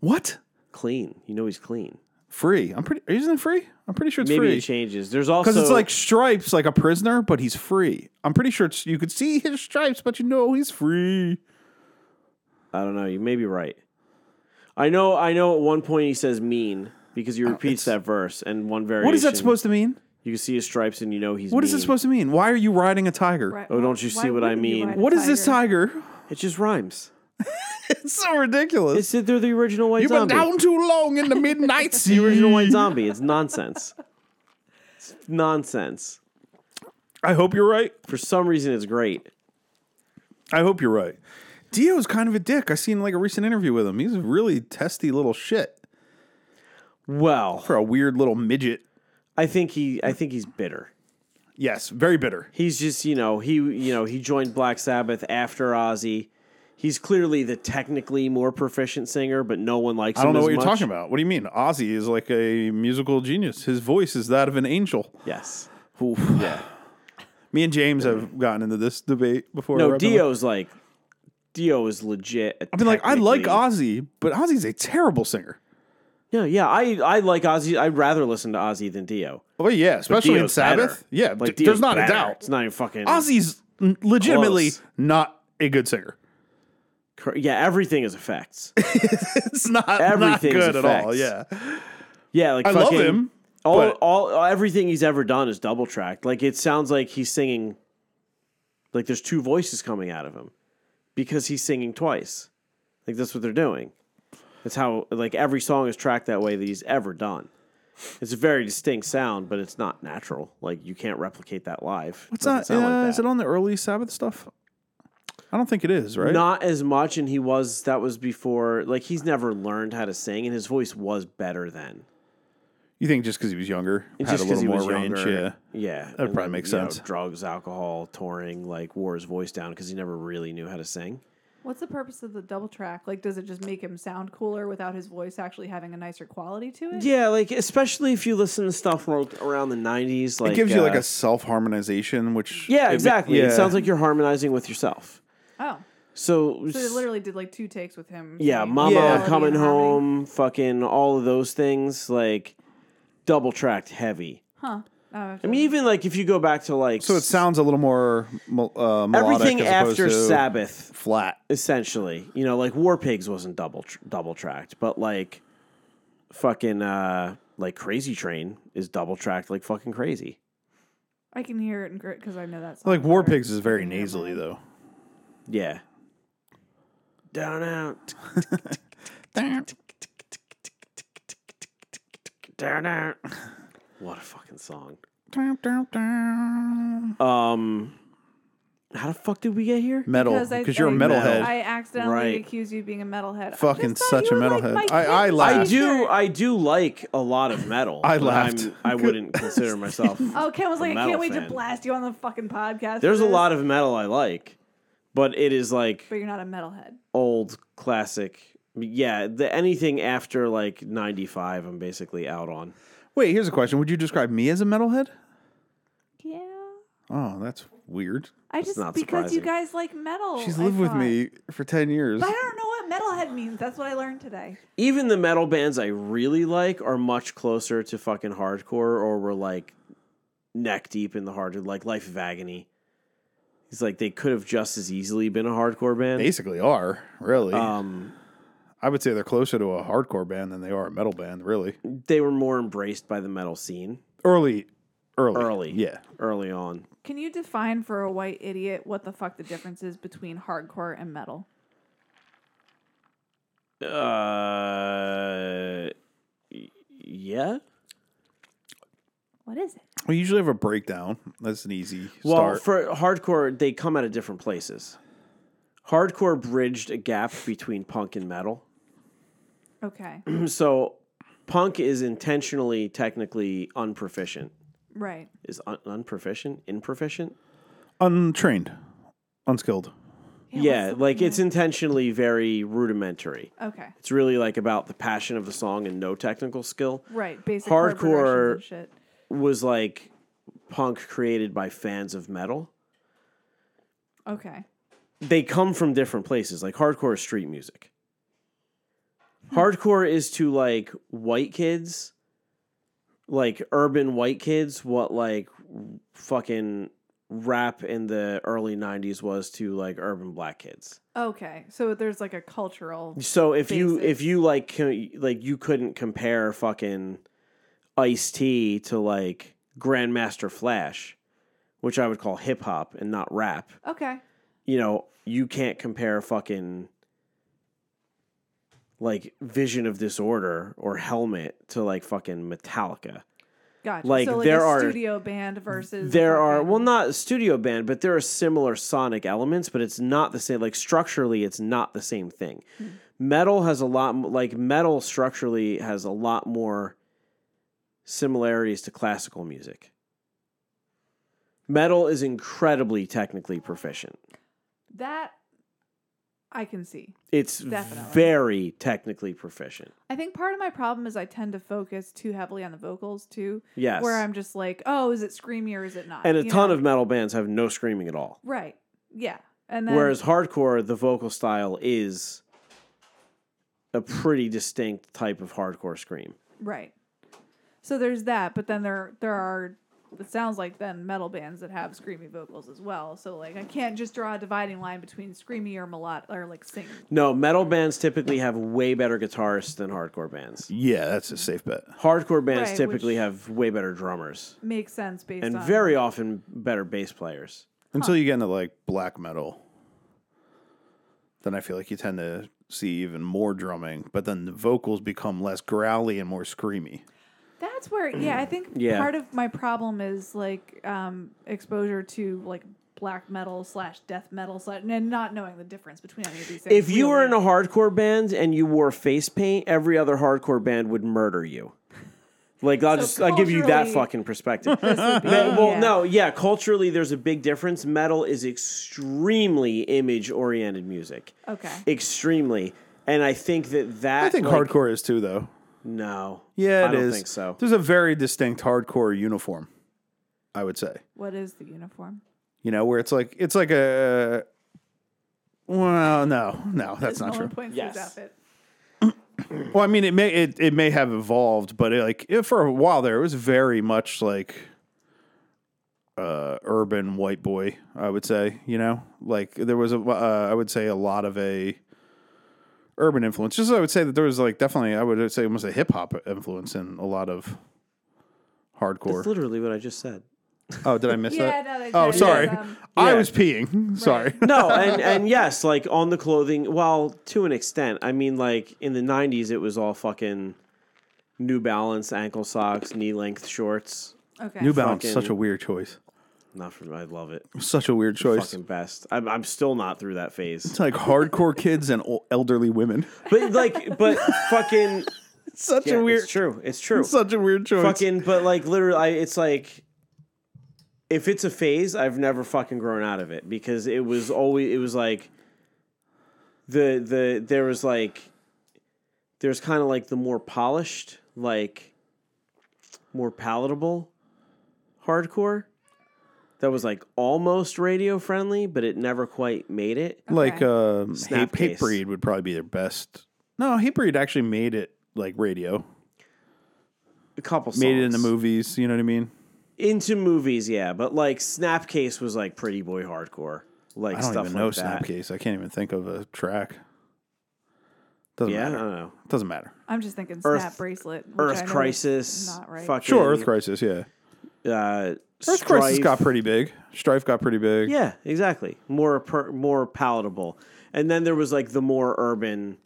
Speaker 10: What?
Speaker 9: Clean. You know he's clean.
Speaker 10: Free? I'm pretty. Isn't it free? I'm pretty sure it's
Speaker 9: Maybe
Speaker 10: free.
Speaker 9: it changes. There's also
Speaker 10: Because it's like stripes, like a prisoner, but he's free. I'm pretty sure it's, you could see his stripes, but you know he's free.
Speaker 9: I don't know, you may be right. I know I know at one point he says mean because he repeats that verse and one variation.
Speaker 10: Oh, What is that supposed to mean?
Speaker 9: You can see his stripes and you know he's
Speaker 10: What is it supposed to mean? Why are you riding a tiger?
Speaker 2: Right.
Speaker 9: Oh, don't you
Speaker 2: Why
Speaker 9: see what I
Speaker 2: wouldn't you
Speaker 9: mean?
Speaker 2: ride a
Speaker 10: What is this tiger?
Speaker 9: to It just rhymes.
Speaker 10: It's so ridiculous.
Speaker 9: It's they're the original white
Speaker 10: You've
Speaker 9: zombie.
Speaker 10: been down too long in the midnight sea.
Speaker 9: the original white zombie. It's nonsense. it's nonsense.
Speaker 10: I hope you're right.
Speaker 9: For some reason it's great.
Speaker 10: I hope you're right. Dio's kind of a dick. I seen like a recent interview with him. He's a really testy little shit
Speaker 9: Well,
Speaker 10: for a weird little midget.
Speaker 9: I think he I think he's bitter.
Speaker 10: Yes, very bitter.
Speaker 9: He's just, you know, he you know, he joined Black Sabbath after Ozzy. He's clearly the technically more proficient singer, but no one likes
Speaker 10: I don't
Speaker 9: him
Speaker 10: know
Speaker 9: as
Speaker 10: what you're
Speaker 9: much.
Speaker 10: talking about. What do you mean? Ozzy is like a musical genius. His voice is that of an angel.
Speaker 9: Yes.
Speaker 10: Yeah. Me and James have gotten into this debate before.
Speaker 9: No,
Speaker 10: I've been like-
Speaker 9: Dio's like Dio is legit.
Speaker 10: I've been like, I like
Speaker 9: technically-
Speaker 10: Ozzy, but Ozzy's a terrible singer.
Speaker 9: No, yeah, I I like Ozzy. I'd rather listen to Ozzy than Dio.
Speaker 10: Oh yeah, especially in
Speaker 9: Dio's
Speaker 10: Sabbath.
Speaker 9: better.
Speaker 10: Yeah,
Speaker 9: Like
Speaker 10: d-
Speaker 9: Dio's
Speaker 10: there's not
Speaker 9: better.
Speaker 10: a doubt.
Speaker 9: It's not even fucking
Speaker 10: Ozzy's n- legitimately
Speaker 9: Close.
Speaker 10: not a good singer.
Speaker 9: cr- Yeah, everything is effects.
Speaker 10: It's not, not
Speaker 9: Everything's
Speaker 10: good at all.
Speaker 9: effects.
Speaker 10: Yeah.
Speaker 9: Yeah, like
Speaker 10: I love
Speaker 9: fucking,
Speaker 10: him,
Speaker 9: All,
Speaker 10: but-
Speaker 9: all everything he's ever done is double tracked. Like it sounds like he's singing. Like there's two voices coming out of him, because he's singing twice. Like that's what they're doing. That's how like every song is tracked that way that he's ever done. It's a very distinct sound, but it's not natural. Like you can't replicate that live.
Speaker 10: What's
Speaker 9: Doesn't
Speaker 10: that?
Speaker 9: sound
Speaker 10: uh,
Speaker 9: like
Speaker 10: Is it on the early Sabbath stuff? I don't think it is, right?
Speaker 9: Not as much, and he was. That was before. Like he's never learned how to sing, and his voice was better then.
Speaker 10: You think just because he was younger,
Speaker 9: It's
Speaker 10: had a
Speaker 9: just 'cause
Speaker 10: little more
Speaker 9: he was
Speaker 10: range? Yeah.
Speaker 9: younger. Yeah, that
Speaker 10: probably makes sense.
Speaker 9: drugs, alcohol, touring, like wore his voice down because he never really knew how to sing.
Speaker 2: What's the purpose of the double track? Like, does it just make him sound cooler without his voice actually having a nicer quality to it?
Speaker 9: Yeah, like especially if you listen to stuff ro- around the '90s, like
Speaker 10: it gives you like
Speaker 9: uh,
Speaker 10: a self harmonization, which
Speaker 9: yeah,
Speaker 10: it-
Speaker 9: exactly.
Speaker 10: yeah.
Speaker 9: It sounds like you're harmonizing with yourself.
Speaker 2: Oh,
Speaker 9: So,
Speaker 2: so they literally did like two takes with him.
Speaker 9: yeah,
Speaker 2: singing
Speaker 9: Mama
Speaker 10: Yeah.
Speaker 2: melody
Speaker 9: coming
Speaker 2: and harmony.
Speaker 9: home, fucking all of those things, like double tracked, heavy.
Speaker 2: Huh. Oh, okay.
Speaker 9: I mean, even like if you go back to like
Speaker 10: So it sounds a little more mel- uh, melodic
Speaker 9: everything
Speaker 10: as opposed
Speaker 9: after
Speaker 10: to
Speaker 9: Sabbath
Speaker 10: flat.
Speaker 9: essentially. You know, like War Pigs wasn't double tr- double tracked, but like fucking uh like Crazy Train is double tracked like fucking crazy.
Speaker 2: I can hear it because I know that song.
Speaker 10: Like War
Speaker 2: better.
Speaker 10: Pigs is very
Speaker 2: Yeah,
Speaker 10: nasally
Speaker 2: man.
Speaker 10: though.
Speaker 9: Yeah. Down out. Down out. What a fucking song. Um how the fuck did we get here?
Speaker 10: Metal,
Speaker 2: Because I-
Speaker 10: because you're a
Speaker 2: I-
Speaker 10: metalhead.
Speaker 2: I accidentally
Speaker 9: Right.
Speaker 2: accused you of being a metalhead. I
Speaker 10: Fucking
Speaker 2: just thought
Speaker 10: such
Speaker 2: you
Speaker 10: a
Speaker 2: would
Speaker 10: metalhead.
Speaker 2: Like
Speaker 10: I- I
Speaker 9: I
Speaker 10: laughed.
Speaker 9: do I do like a lot of metal.
Speaker 10: I
Speaker 9: but
Speaker 10: laughed.
Speaker 9: I'm- I wouldn't consider myself
Speaker 2: Oh, Ken was
Speaker 9: a
Speaker 2: like, I
Speaker 9: metal
Speaker 2: can't wait to
Speaker 9: fan.
Speaker 2: blast you on the fucking podcast.
Speaker 9: There's
Speaker 2: for
Speaker 9: a
Speaker 2: this."
Speaker 9: lot of metal I like, but it is like
Speaker 2: But you're not a metalhead.
Speaker 9: old classic. Yeah, the anything after like 95 I'm basically out on.
Speaker 10: Wait, here's a question: Would you describe me as a metalhead?
Speaker 2: Yeah.
Speaker 10: Oh, that's weird.
Speaker 2: I just
Speaker 9: not
Speaker 2: because you
Speaker 9: surprising.
Speaker 2: guys like metal.
Speaker 10: She's
Speaker 2: Oh, I
Speaker 10: lived with
Speaker 2: thought.
Speaker 10: me for ten years.
Speaker 2: But I don't know what metalhead means. That's what I learned today.
Speaker 9: Even the metal bands I really like are much closer to fucking hardcore or we're like neck deep in the hard like Life of Agony. He's like they could have just as easily been a hardcore band.
Speaker 10: Basically, are really.
Speaker 9: um,
Speaker 10: I would say they're closer to a hardcore band than they are a metal band. Really,
Speaker 9: they were more embraced by the metal scene
Speaker 10: early, early,
Speaker 9: Early.
Speaker 10: Yeah,
Speaker 9: early on.
Speaker 2: Can you define for a white idiot what the fuck the difference is between hardcore and metal?
Speaker 9: Uh, y- yeah.
Speaker 2: What is it?
Speaker 10: we usually have a breakdown. That's an easy
Speaker 9: Well,
Speaker 10: start.
Speaker 9: for hardcore, they come out of different places. Hardcore bridged a gap between punk and metal.
Speaker 2: Okay.
Speaker 9: So, punk is intentionally technically unproficient.
Speaker 2: right.
Speaker 9: Is un- unproficient? Improficient?
Speaker 10: Untrained, unskilled.
Speaker 9: Yeah, like it's intentionally very rudimentary.
Speaker 2: Okay.
Speaker 9: It's really like about the passion of the song and no technical skill.
Speaker 2: Right. Basic chord
Speaker 9: Hardcore-
Speaker 2: progressions and shit.
Speaker 9: Was like punk created by fans of metal.
Speaker 2: Okay.
Speaker 9: They come from different places. Like hardcore is street music. Hardcore is to like white kids, like urban white kids, what like fucking rap in the early 90s was to like urban black kids.
Speaker 2: Okay. So there's like a cultural.
Speaker 9: So if you
Speaker 2: Basics.
Speaker 9: if you like co- like you couldn't compare fucking Ice T to like Grandmaster Flash, which I would call hip hop and not rap.
Speaker 2: Okay.
Speaker 9: You know, you can't compare fucking like Vision of Disorder or Helmet to like fucking Metallica.
Speaker 2: Gotcha.
Speaker 9: Like,
Speaker 2: so like
Speaker 9: there
Speaker 2: a
Speaker 9: are-
Speaker 2: studio band versus a
Speaker 9: There are
Speaker 2: fucking-
Speaker 9: well not a studio band, but there are similar sonic elements, but it's not the same. Like structurally, it's not the same thing. Metal has a lot m- like metal structurally has a lot more similarities to classical music. Metal is incredibly technically proficient.
Speaker 2: that I can see.
Speaker 9: It's
Speaker 2: Definitely.
Speaker 9: very technically proficient.
Speaker 2: I think part of my problem is I tend to focus too heavily on the vocals too,
Speaker 9: Yes.
Speaker 2: where I'm just like, oh, is it screamy or is it not?
Speaker 9: and a
Speaker 2: You
Speaker 9: ton
Speaker 2: know?
Speaker 9: of metal bands have no screaming at all.
Speaker 2: right, yeah, and then
Speaker 9: Whereas hardcore, the vocal style is a pretty distinct type of hardcore scream.
Speaker 2: right, so there's that, but then there there are it sounds like then metal bands that have screamy vocals as well. So like I can't just draw a dividing line between screamy or melodic or like singing.
Speaker 9: No, metal bands typically have way better guitarists than hardcore bands.
Speaker 10: Yeah, that's a safe bet.
Speaker 9: Hardcore bands
Speaker 2: Right,
Speaker 9: typically
Speaker 2: which-
Speaker 9: have way better drummers
Speaker 2: Makes sense based
Speaker 9: and
Speaker 2: on
Speaker 9: very often better bass players.
Speaker 10: Until you get into like black metal, then I feel like you tend to see even more drumming, but then the vocals become less growly and more screamy.
Speaker 2: That's where, yeah, I think
Speaker 9: Yeah.
Speaker 2: part of my problem is like um, exposure to like black metal slash death metal slash, and not knowing the difference between any of these things.
Speaker 9: If you were in a
Speaker 2: really.
Speaker 9: hardcore band and you wore face paint, every other hardcore band would murder you. Like I'll
Speaker 2: So
Speaker 9: just I'll give you that
Speaker 2: culturally-
Speaker 9: fucking perspective.
Speaker 2: This would be-
Speaker 9: Ma- well,
Speaker 2: Oh, yeah.
Speaker 9: no, yeah, culturally, there's a big difference. Metal is extremely image oriented music,
Speaker 2: Okay.
Speaker 9: extremely, and I think that that
Speaker 10: I think
Speaker 9: like,
Speaker 10: hardcore is too, though.
Speaker 9: No,
Speaker 10: Yeah,
Speaker 9: I
Speaker 10: it is.
Speaker 9: don't think so.
Speaker 10: There's a very distinct hardcore uniform, I would say.
Speaker 2: What is the uniform?
Speaker 10: You know, where it's like it's like a well, no, no, that's not
Speaker 2: Nolan
Speaker 10: true.
Speaker 2: points
Speaker 9: Yes.
Speaker 2: his outfit.
Speaker 10: Well, I mean, it may it, it may have evolved, but it, like it, for a while there, it was very much like uh, urban white boy. I would say, you know, like there was a uh, I would say a lot of a urban influence. Just I would say that there was like definitely I would say almost a hip hop influence in a lot of
Speaker 9: That's
Speaker 10: hardcore.
Speaker 9: literally what I just said.
Speaker 10: Oh, did I miss
Speaker 2: Yeah,
Speaker 10: that?
Speaker 2: no, that-
Speaker 10: oh,
Speaker 2: that is,
Speaker 10: sorry,
Speaker 2: um,
Speaker 10: I
Speaker 9: Yeah.
Speaker 10: was peeing. Sorry.
Speaker 9: No, and and yes, like on the clothing. Well, to an extent, I mean, like in the '90s, it was all fucking New Balance ankle socks, knee length shorts.
Speaker 2: Okay.
Speaker 10: New Balance,
Speaker 9: Fucking-
Speaker 10: such a weird choice.
Speaker 9: Not for I love it.
Speaker 10: Such a weird choice.
Speaker 9: Fucking best. I'm I'm still not through that phase.
Speaker 10: It's like hardcore kids and o- elderly women.
Speaker 9: But like, but fucking.
Speaker 10: Such
Speaker 9: Yeah,
Speaker 10: a weird.
Speaker 9: It's true. It's true.
Speaker 10: Such a weird choice.
Speaker 9: fucking. But like, literally, I, it's like, if it's a phase, I've never fucking grown out of it because it was always. It was like, the the there was like, there's kind of like the more polished, like, more palatable, hardcore. That was like almost radio friendly, but it never quite made it.
Speaker 10: like um, hate,
Speaker 9: Snapcase.
Speaker 10: hate breed would probably be their best. No, hate breed actually made it like radio,
Speaker 9: A couple songs.
Speaker 10: made it in the movies. You know what I mean?
Speaker 9: into movies, yeah, but like Snapcase was like pretty boy hardcore, like
Speaker 10: I don't
Speaker 9: stuff
Speaker 10: even
Speaker 9: like
Speaker 10: know
Speaker 9: that.
Speaker 10: Snapcase. I can't even think of a track. Doesn't
Speaker 9: Yeah, I
Speaker 10: matter.
Speaker 9: don't know.
Speaker 10: Doesn't matter.
Speaker 2: I'm just thinking
Speaker 9: Earth-
Speaker 2: Snap Bracelet. which I know
Speaker 9: Earth
Speaker 2: is
Speaker 9: Crisis,
Speaker 2: Not right.
Speaker 9: fucking
Speaker 10: Sure, Earth Crisis. Yeah,
Speaker 9: Uh,
Speaker 10: Earth Crisis
Speaker 9: Strife.
Speaker 10: got pretty big. Strife got pretty big.
Speaker 9: Yeah, exactly. More per, more palatable. And then there was like the more urban,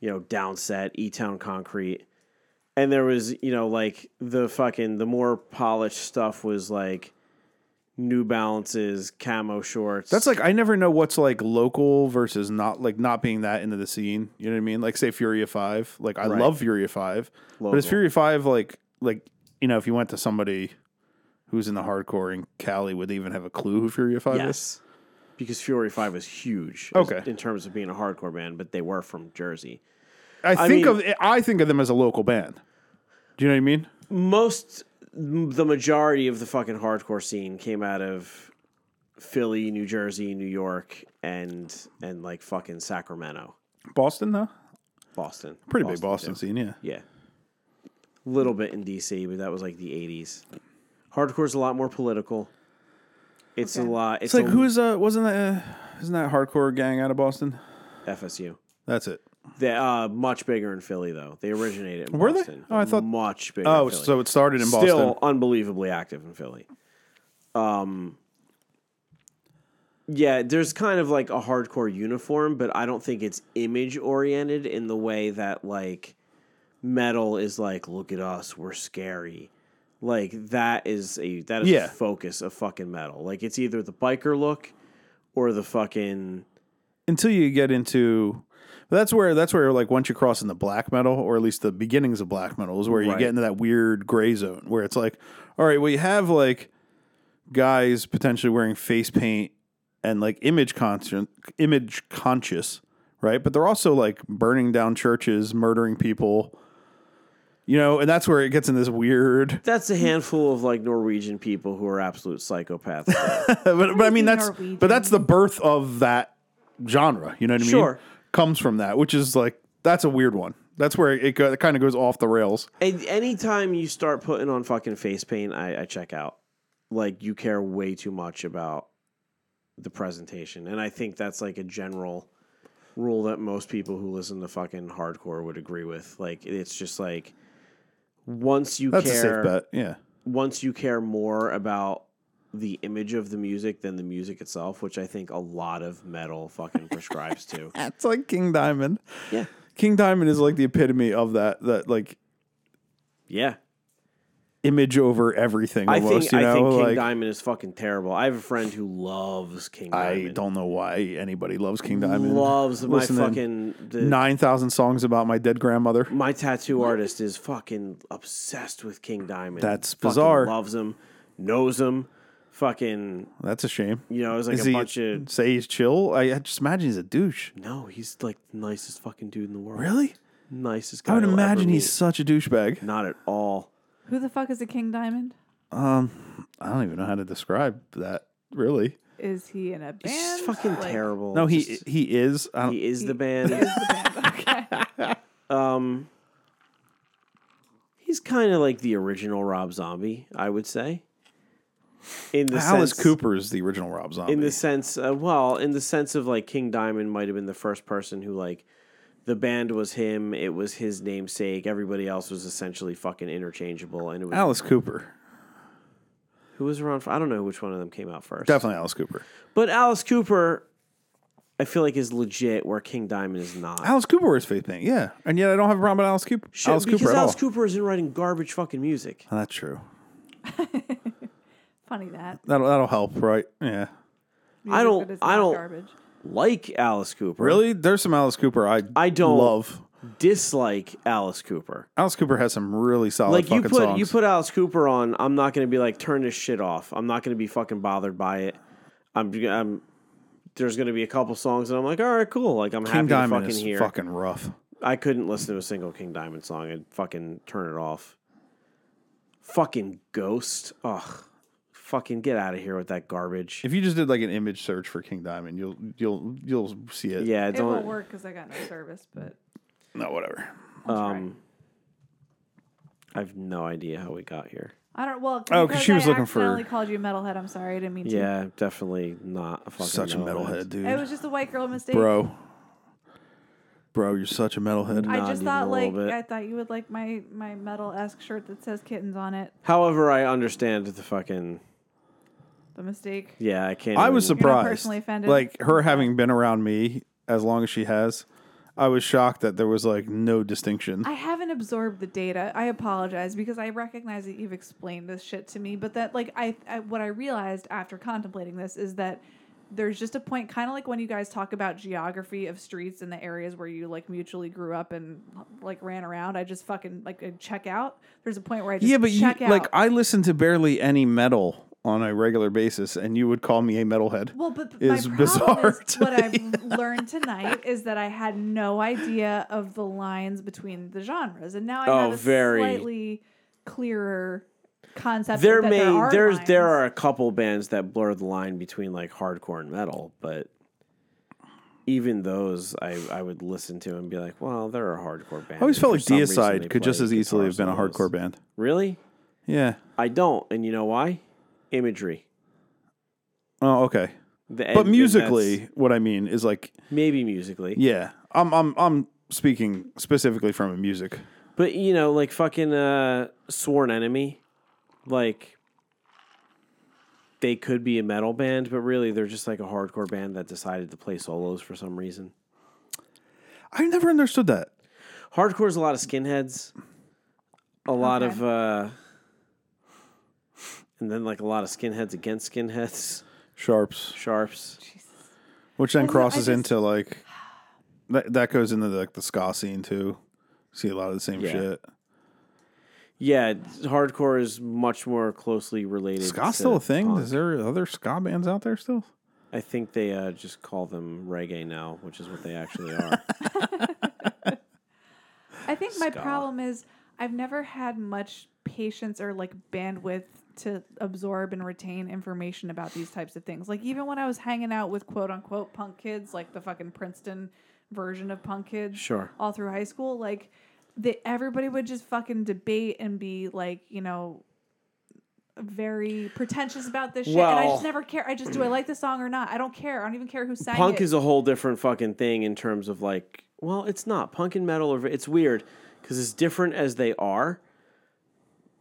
Speaker 9: you know, downset, E Town Concrete. And there was, you know, like the fucking the more polished stuff was like New Balances, camo shorts.
Speaker 10: That's like I never know what's like local versus not like not being that into the scene. You know what I mean? Like say Furia Five. Like I
Speaker 9: Right.
Speaker 10: love Furia Five, but is
Speaker 9: Local.
Speaker 10: Furia Five like like you know if you went to somebody who's in the hardcore in Cali would they even have a clue who Furia Five is?
Speaker 9: yes. Because Fury 5 was huge as-
Speaker 10: Okay.
Speaker 9: in terms of being a hardcore band, but they were from Jersey.
Speaker 10: I
Speaker 9: I
Speaker 10: think
Speaker 9: mean-
Speaker 10: of I think of them as a local band. Do you know what I mean?
Speaker 9: most m- the majority of the fucking hardcore scene came out of Philly, New Jersey, New York, and and like fucking Sacramento,
Speaker 10: Boston though,
Speaker 9: Boston.
Speaker 10: pretty big Boston
Speaker 9: too.
Speaker 10: scene. Yeah,
Speaker 9: Yeah. Little bit in DC, but that was like the 80s. Hardcore's a lot more political. It's a lot it's,
Speaker 10: it's like
Speaker 9: a-
Speaker 10: who's uh wasn't that uh, isn't that hardcore gang out of Boston?
Speaker 9: FSU.
Speaker 10: That's it.
Speaker 9: They uh much bigger in Philly though. They originated in
Speaker 10: Were they?
Speaker 9: Boston.
Speaker 10: Oh, I thought-
Speaker 9: much bigger. in
Speaker 10: Oh,
Speaker 9: Philly.
Speaker 10: so it started in Boston.
Speaker 9: still unbelievably active in Philly. Um, yeah, there's kind of like a hardcore uniform, but I don't think it's image oriented in the way that like metal is like, look at us, we're scary. Like that is a that is
Speaker 10: Yeah.
Speaker 9: the focus of fucking metal. Like it's either the biker look or the fucking
Speaker 10: until you get into that's where that's where like once you cross into black metal or at least the beginnings of black metal is where you
Speaker 9: Right.
Speaker 10: get into that weird gray zone where it's like all right well you have like guys potentially wearing face paint and like image conscious image conscious right but they're also like burning down churches murdering people you know and that's where it gets in this weird
Speaker 9: that's a handful of like Norwegian people who are absolute psychopaths.
Speaker 10: but, but I mean
Speaker 2: do
Speaker 10: that's but that's the birth of that genre. You know what I mean?
Speaker 9: Sure.
Speaker 10: Comes from that, which is like that's a weird one. That's where it, go, it kind of goes off the rails.
Speaker 9: And anytime you start putting on fucking face paint, I, I check out. Like you care way too much about the presentation, and I think that's like a general rule that most people who listen to fucking hardcore would agree with. Like it's just like once you
Speaker 10: That's
Speaker 9: care,
Speaker 10: a safe bet. Yeah.
Speaker 9: once you care more about the image of the music than the music itself, which I think a lot of metal fucking prescribes to.
Speaker 10: It's like King Diamond.
Speaker 9: Yeah.
Speaker 10: King Diamond is like the epitome of that that like
Speaker 9: Yeah,
Speaker 10: image over everything.
Speaker 9: I
Speaker 10: Almost,
Speaker 9: think
Speaker 10: you know?
Speaker 9: I think King
Speaker 10: like,
Speaker 9: Diamond is fucking terrible. I have a friend who loves King Diamond.
Speaker 10: I don't know why anybody loves King Diamond.
Speaker 9: loves my
Speaker 10: Listen to
Speaker 9: fucking uh, the,
Speaker 10: nine thousand songs about my dead grandmother.
Speaker 9: my tattoo artist is fucking obsessed with King Diamond.
Speaker 10: That's
Speaker 9: Fucking
Speaker 10: bizarre.
Speaker 9: Loves him, knows him. Fucking,
Speaker 10: That's a shame.
Speaker 9: you know, it's like
Speaker 10: Is
Speaker 9: a
Speaker 10: he
Speaker 9: bunch of
Speaker 10: say he's chill? I, I just imagine he's a douche.
Speaker 9: no. He's like the nicest fucking dude in the world.
Speaker 10: Really?
Speaker 9: nicest. Guy
Speaker 10: I would
Speaker 9: you'll ever
Speaker 10: imagine he's
Speaker 9: meet.
Speaker 10: such a douchebag.
Speaker 9: not at all.
Speaker 2: Who the fuck is a King Diamond?
Speaker 10: I don't even know how to describe that. Really?
Speaker 2: Is he in a band?
Speaker 9: He's just fucking
Speaker 2: Like,
Speaker 9: terrible.
Speaker 10: No, he
Speaker 9: Just-
Speaker 10: he is. I don't,
Speaker 9: he is the
Speaker 2: He-
Speaker 9: band.
Speaker 2: is the band. Okay.
Speaker 9: Um, he's kind of like the original Rob Zombie, I would say. In the
Speaker 10: Alice
Speaker 9: sense,
Speaker 10: Cooper is the original Rob Zombie.
Speaker 9: in the sense, uh, well, in the sense of like King Diamond might have been the first person who like the band was him, it was his namesake. Everybody else was essentially fucking interchangeable, and it was
Speaker 10: Alice Cooper,
Speaker 9: who was around. For, I don't know which one of them came out first.
Speaker 10: definitely Alice Cooper.
Speaker 9: but Alice Cooper, I feel like is legit where King Diamond is not.
Speaker 10: Alice Cooper wears face paint, yeah, and yet I don't have a problem with Alice Cooper.
Speaker 9: Shit,
Speaker 10: Alice
Speaker 9: because
Speaker 10: Cooper at
Speaker 9: Alice
Speaker 10: all.
Speaker 9: Cooper isn't writing garbage fucking music.
Speaker 10: Oh, that's true.
Speaker 2: Funny that.
Speaker 10: That'll that'll help, right? Yeah.
Speaker 9: I don't-
Speaker 2: Music that is
Speaker 9: I
Speaker 2: not
Speaker 9: don't-
Speaker 2: Garbage.
Speaker 9: Like Alice Cooper,
Speaker 10: Really? There's some Alice Cooper I
Speaker 9: I don't
Speaker 10: love.
Speaker 9: dislike Alice Cooper.
Speaker 10: Alice Cooper has some really solid
Speaker 9: Like you
Speaker 10: fucking
Speaker 9: put
Speaker 10: songs.
Speaker 9: you put Alice Cooper on, I'm not gonna be like turn this shit off. I'm not gonna be fucking bothered by it. I'm I'm there's gonna be a couple songs and I'm like, all right, cool. Like I'm
Speaker 10: King
Speaker 9: happy
Speaker 10: Diamond
Speaker 9: to
Speaker 10: is
Speaker 9: fucking hear.
Speaker 10: fucking rough.
Speaker 9: I couldn't listen to a single King Diamond song. I'd fucking turn it off. Fucking Ghost. Ugh. Fucking get out of here with that garbage.
Speaker 10: If you just did like an image search for King Diamond, you'll you'll you'll see it.
Speaker 9: Yeah,
Speaker 2: It won't
Speaker 9: don't.
Speaker 2: work because I got no service, but
Speaker 10: No, whatever.
Speaker 2: I'll try.
Speaker 9: Um, I have no idea how we got here.
Speaker 2: I don't. Well,
Speaker 10: Oh, 'cause she was
Speaker 2: I
Speaker 10: looking for-
Speaker 2: accidentally called you a metalhead. I'm sorry, I didn't mean to.
Speaker 9: Yeah, definitely not a fucking
Speaker 10: Such a metalhead, dude.
Speaker 2: It was just a white girl mistake.
Speaker 10: Bro. Bro, you're such a metalhead.
Speaker 2: I
Speaker 9: Nah,
Speaker 2: just
Speaker 9: dude, a
Speaker 2: thought
Speaker 9: little
Speaker 2: like
Speaker 9: bit.
Speaker 2: I thought you would like my my metal esque shirt that says kittens on it.
Speaker 9: However, I understand the fucking.
Speaker 2: The mistake.
Speaker 9: Yeah, I can't.
Speaker 10: I was
Speaker 9: even-
Speaker 2: You're not
Speaker 10: surprised.
Speaker 2: personally offended?
Speaker 10: Like her having been around me as long as she has, I was shocked that there was like no distinction.
Speaker 2: I haven't absorbed the data. I apologize because I recognize that you've explained this shit to me, but that like I, I what I realized after contemplating this is that there's just a point kind of like when you guys talk about geography of streets and the areas where you like mutually grew up and like ran around. I just fucking like I'd check out. There's a point where I just
Speaker 10: yeah, but you,
Speaker 2: check out.
Speaker 10: like I listen to barely any metal on a regular basis, and you would call me a metalhead.
Speaker 2: Well, but
Speaker 10: is
Speaker 2: my
Speaker 10: bizarre
Speaker 2: problem is
Speaker 10: to
Speaker 2: what I've learned tonight is that I had no idea of the lines between the genres, and now I
Speaker 9: Oh,
Speaker 2: have a
Speaker 9: very.
Speaker 2: slightly clearer concept.
Speaker 9: There
Speaker 2: that
Speaker 9: may
Speaker 2: there are
Speaker 9: there's there
Speaker 2: lines.
Speaker 9: are a couple bands that blur the line between like hardcore and metal, but even those I, I would listen to and be like, well, they're a hardcore band.
Speaker 10: I always
Speaker 9: and
Speaker 10: felt
Speaker 9: for
Speaker 10: like
Speaker 9: some reason they
Speaker 10: Deicide could just
Speaker 9: play
Speaker 10: as easily have been a
Speaker 9: guitar solos.
Speaker 10: hardcore band.
Speaker 9: Really?
Speaker 10: Yeah.
Speaker 9: I don't, and you know why? Imagery.
Speaker 10: Oh, okay.
Speaker 9: The- and-
Speaker 10: But
Speaker 9: and
Speaker 10: musically,
Speaker 9: that's-
Speaker 10: what I mean is like,
Speaker 9: maybe musically.
Speaker 10: yeah, I'm I'm I'm speaking specifically from a music.
Speaker 9: But you know, like fucking uh, Sworn Enemy, like they could be a metal band, but really they're just like a hardcore band that decided to play solos for some reason.
Speaker 10: I never understood that.
Speaker 9: Hardcore is a lot of skinheads, a lot
Speaker 2: Okay.
Speaker 9: of, uh, and then like a lot of skinheads against skinheads,
Speaker 10: Sharps,
Speaker 9: sharps.
Speaker 10: which then
Speaker 2: I
Speaker 10: crosses
Speaker 2: just-
Speaker 10: into like that that goes into like the ska scene too. See a lot of the same
Speaker 9: Yeah.
Speaker 10: shit.
Speaker 9: Yeah, hardcore is much more closely related.
Speaker 10: Ska
Speaker 9: to
Speaker 10: still a thing?
Speaker 9: punk.
Speaker 10: Is there other ska bands out there still?
Speaker 9: I think they uh, just call them reggae now, which is what they actually are.
Speaker 2: I think my
Speaker 9: Ska.
Speaker 2: problem is I've never had much patience or like bandwidth to absorb and retain information about these types of things. Like even when I was hanging out with quote unquote punk kids, like the fucking Princeton version of punk kids,
Speaker 9: Sure.
Speaker 2: all through high school, like they, everybody would just fucking debate and be like, you know, very pretentious about this shit. and I
Speaker 9: Well-
Speaker 2: just never care. I just do I like the song or not? I don't care. I don't even care who sang
Speaker 9: punk
Speaker 2: it.
Speaker 9: is a whole different fucking thing in terms of like well it's not punk and metal are it's weird because as different as they are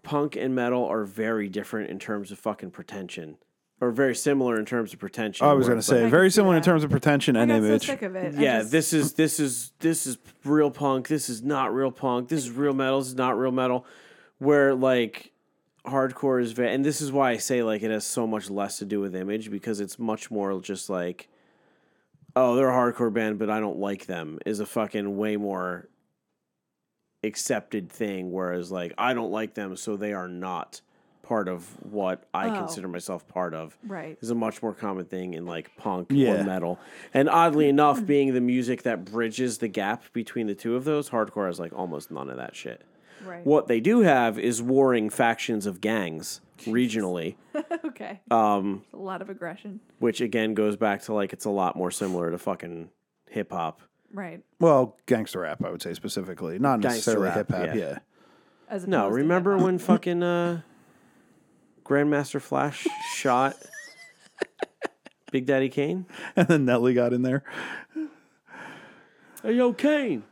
Speaker 9: punk and metal are very different in terms of fucking pretension or very similar in terms of pretension
Speaker 10: I was
Speaker 9: where
Speaker 10: gonna
Speaker 9: it's like,
Speaker 10: say
Speaker 2: can
Speaker 10: very
Speaker 2: see
Speaker 10: similar in
Speaker 2: that.
Speaker 10: terms of pretension
Speaker 2: I
Speaker 10: and
Speaker 2: got
Speaker 10: image.
Speaker 2: so sick of it. I
Speaker 9: yeah
Speaker 2: just-
Speaker 9: this is this is this is real punk this is not real punk this is real metal this is not real metal where like hardcore is very and this is why i say like it has so much less to do with image because it's much more just like oh they're a hardcore band but i don't like them is a fucking way more accepted thing whereas like i don't like them so they are not part of what i
Speaker 2: Oh.
Speaker 9: consider myself part of
Speaker 2: right.
Speaker 9: is a much more common thing in like punk
Speaker 10: Yeah.
Speaker 9: or metal. And oddly enough, being the music that bridges the gap between the two of those, hardcore has like almost none of that shit.
Speaker 2: Right.
Speaker 9: What they do have is warring factions of gangs regionally,
Speaker 2: Okay.
Speaker 9: um,
Speaker 2: a lot of aggression.
Speaker 9: which again goes back to like it's a lot more similar to fucking hip hop.
Speaker 2: Right.
Speaker 10: Well, gangster rap, I would say specifically, not
Speaker 9: Gangsta
Speaker 10: necessarily
Speaker 9: rap,
Speaker 10: hip hop.
Speaker 9: yeah.
Speaker 10: Yeah.
Speaker 2: As
Speaker 9: No,
Speaker 2: opposed to
Speaker 9: remember
Speaker 2: hip-hop.
Speaker 9: when fucking uh, Grandmaster Flash shot Big Daddy Kane?
Speaker 10: and then Nelly got in there.
Speaker 9: Hey, yo, Kane.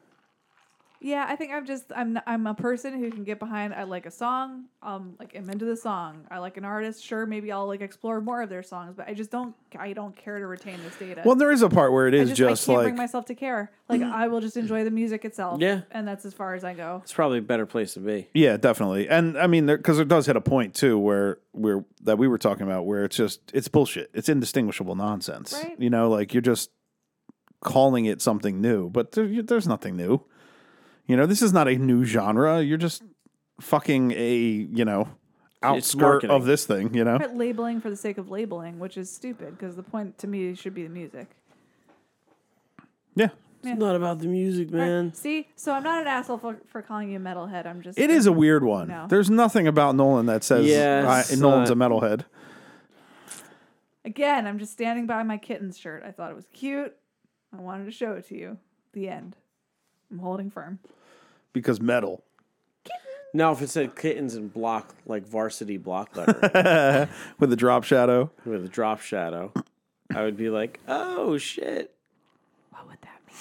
Speaker 2: Yeah, I think I'm just I'm I'm a person who can get behind. I like a song. Um, like I'm into the song. I like an artist. Sure, maybe I'll like explore more of their songs, but I just don't I don't care to retain this data.
Speaker 10: Well, there is a part where it
Speaker 2: I
Speaker 10: is
Speaker 2: just,
Speaker 10: just,
Speaker 2: I can't
Speaker 10: like
Speaker 2: bring myself to care. Like I will just enjoy the music itself.
Speaker 9: Yeah.
Speaker 2: and that's as far as I go.
Speaker 9: It's probably a better place to be.
Speaker 10: Yeah, definitely. And I mean, because it does hit a point too where where that we were talking about where it's just it's bullshit. It's indistinguishable nonsense.
Speaker 2: Right.
Speaker 10: You know, like you're just calling it something new, but there, you, there's nothing new. You know, this is not a new genre. You're just fucking a you know
Speaker 9: It's
Speaker 10: outskirt
Speaker 9: marketing.
Speaker 10: of this thing. You know,
Speaker 2: But labeling for the sake of labeling, which is stupid, because the point to me should be the music.
Speaker 10: yeah.
Speaker 9: It's not about the music, man.
Speaker 2: Right. See, so I'm not an asshole for, for calling you a metalhead. I'm just
Speaker 10: It is a weird one.
Speaker 2: No.
Speaker 10: There's nothing about Nolan that says
Speaker 9: Yeah,
Speaker 10: I, Nolan's a
Speaker 9: son.
Speaker 10: metalhead.
Speaker 2: Again, I'm just standing by my kitten's shirt. I thought it was cute. I wanted to show it to you. The end. I'm holding firm.
Speaker 10: because metal.
Speaker 9: Now, if it said kittens and block, like varsity block letter
Speaker 10: with a drop shadow.
Speaker 9: with a drop shadow, I would be like, oh shit.
Speaker 2: What would that mean?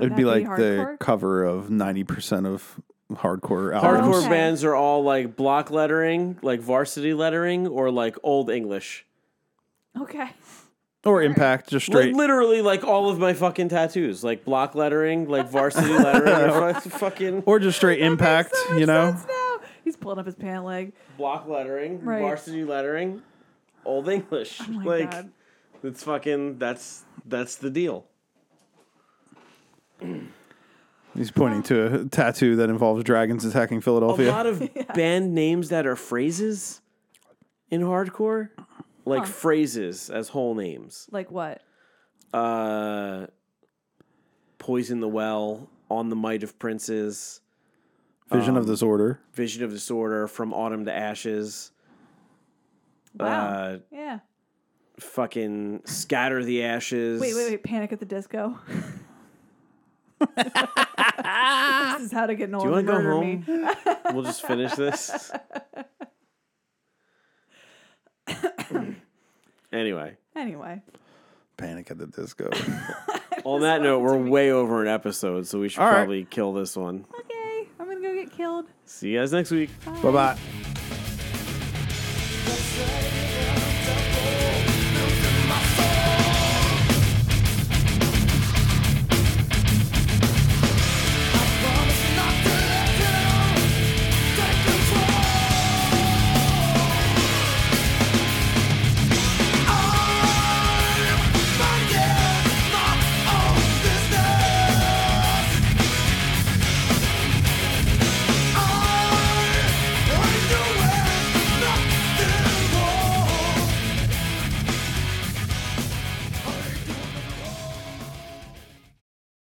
Speaker 10: It'd
Speaker 2: that
Speaker 10: be like the
Speaker 2: hardcore?
Speaker 10: cover of ninety percent of hardcore albums.
Speaker 9: Hardcore
Speaker 2: Okay.
Speaker 9: bands are all like block lettering, like varsity lettering, or like old English.
Speaker 2: Okay.
Speaker 10: or impact, just
Speaker 9: Li-
Speaker 10: straight.
Speaker 9: literally, like all of my fucking tattoos, like block lettering, like varsity lettering, or fu- fucking
Speaker 10: Or just straight impact,
Speaker 2: So much
Speaker 10: you know?
Speaker 2: sense now. He's pulling up his pant leg.
Speaker 9: block lettering,
Speaker 2: Right.
Speaker 9: varsity lettering, old English.
Speaker 2: Oh my
Speaker 9: like
Speaker 2: god.
Speaker 9: it's fucking that's that's the deal.
Speaker 10: He's pointing to a tattoo that involves dragons attacking
Speaker 9: a
Speaker 10: Philadelphia.
Speaker 9: lot of band names that are phrases in hardcore, like phrases as whole names.
Speaker 2: Like what?
Speaker 9: Uh, Poison the Well, On the Might of Princes,
Speaker 10: Vision of Disorder.
Speaker 9: Vision of Disorder, From Autumn to Ashes,
Speaker 2: Wow.
Speaker 9: uh,
Speaker 2: yeah.
Speaker 9: fucking Scatter the Ashes.
Speaker 2: Wait, wait, wait. Panic at the Disco. this is how to get
Speaker 9: Do you
Speaker 2: Nolan to
Speaker 9: want to go
Speaker 2: murder me.
Speaker 9: home? we'll just finish this. anyway.
Speaker 2: Anyway,
Speaker 10: Panic at the Disco.
Speaker 9: On that note, we're way over an episode, so we should
Speaker 10: All right.
Speaker 9: probably kill this one.
Speaker 2: okay. I'm gonna go get killed.
Speaker 9: See you guys next week.
Speaker 10: bye bye.
Speaker 1: Let's say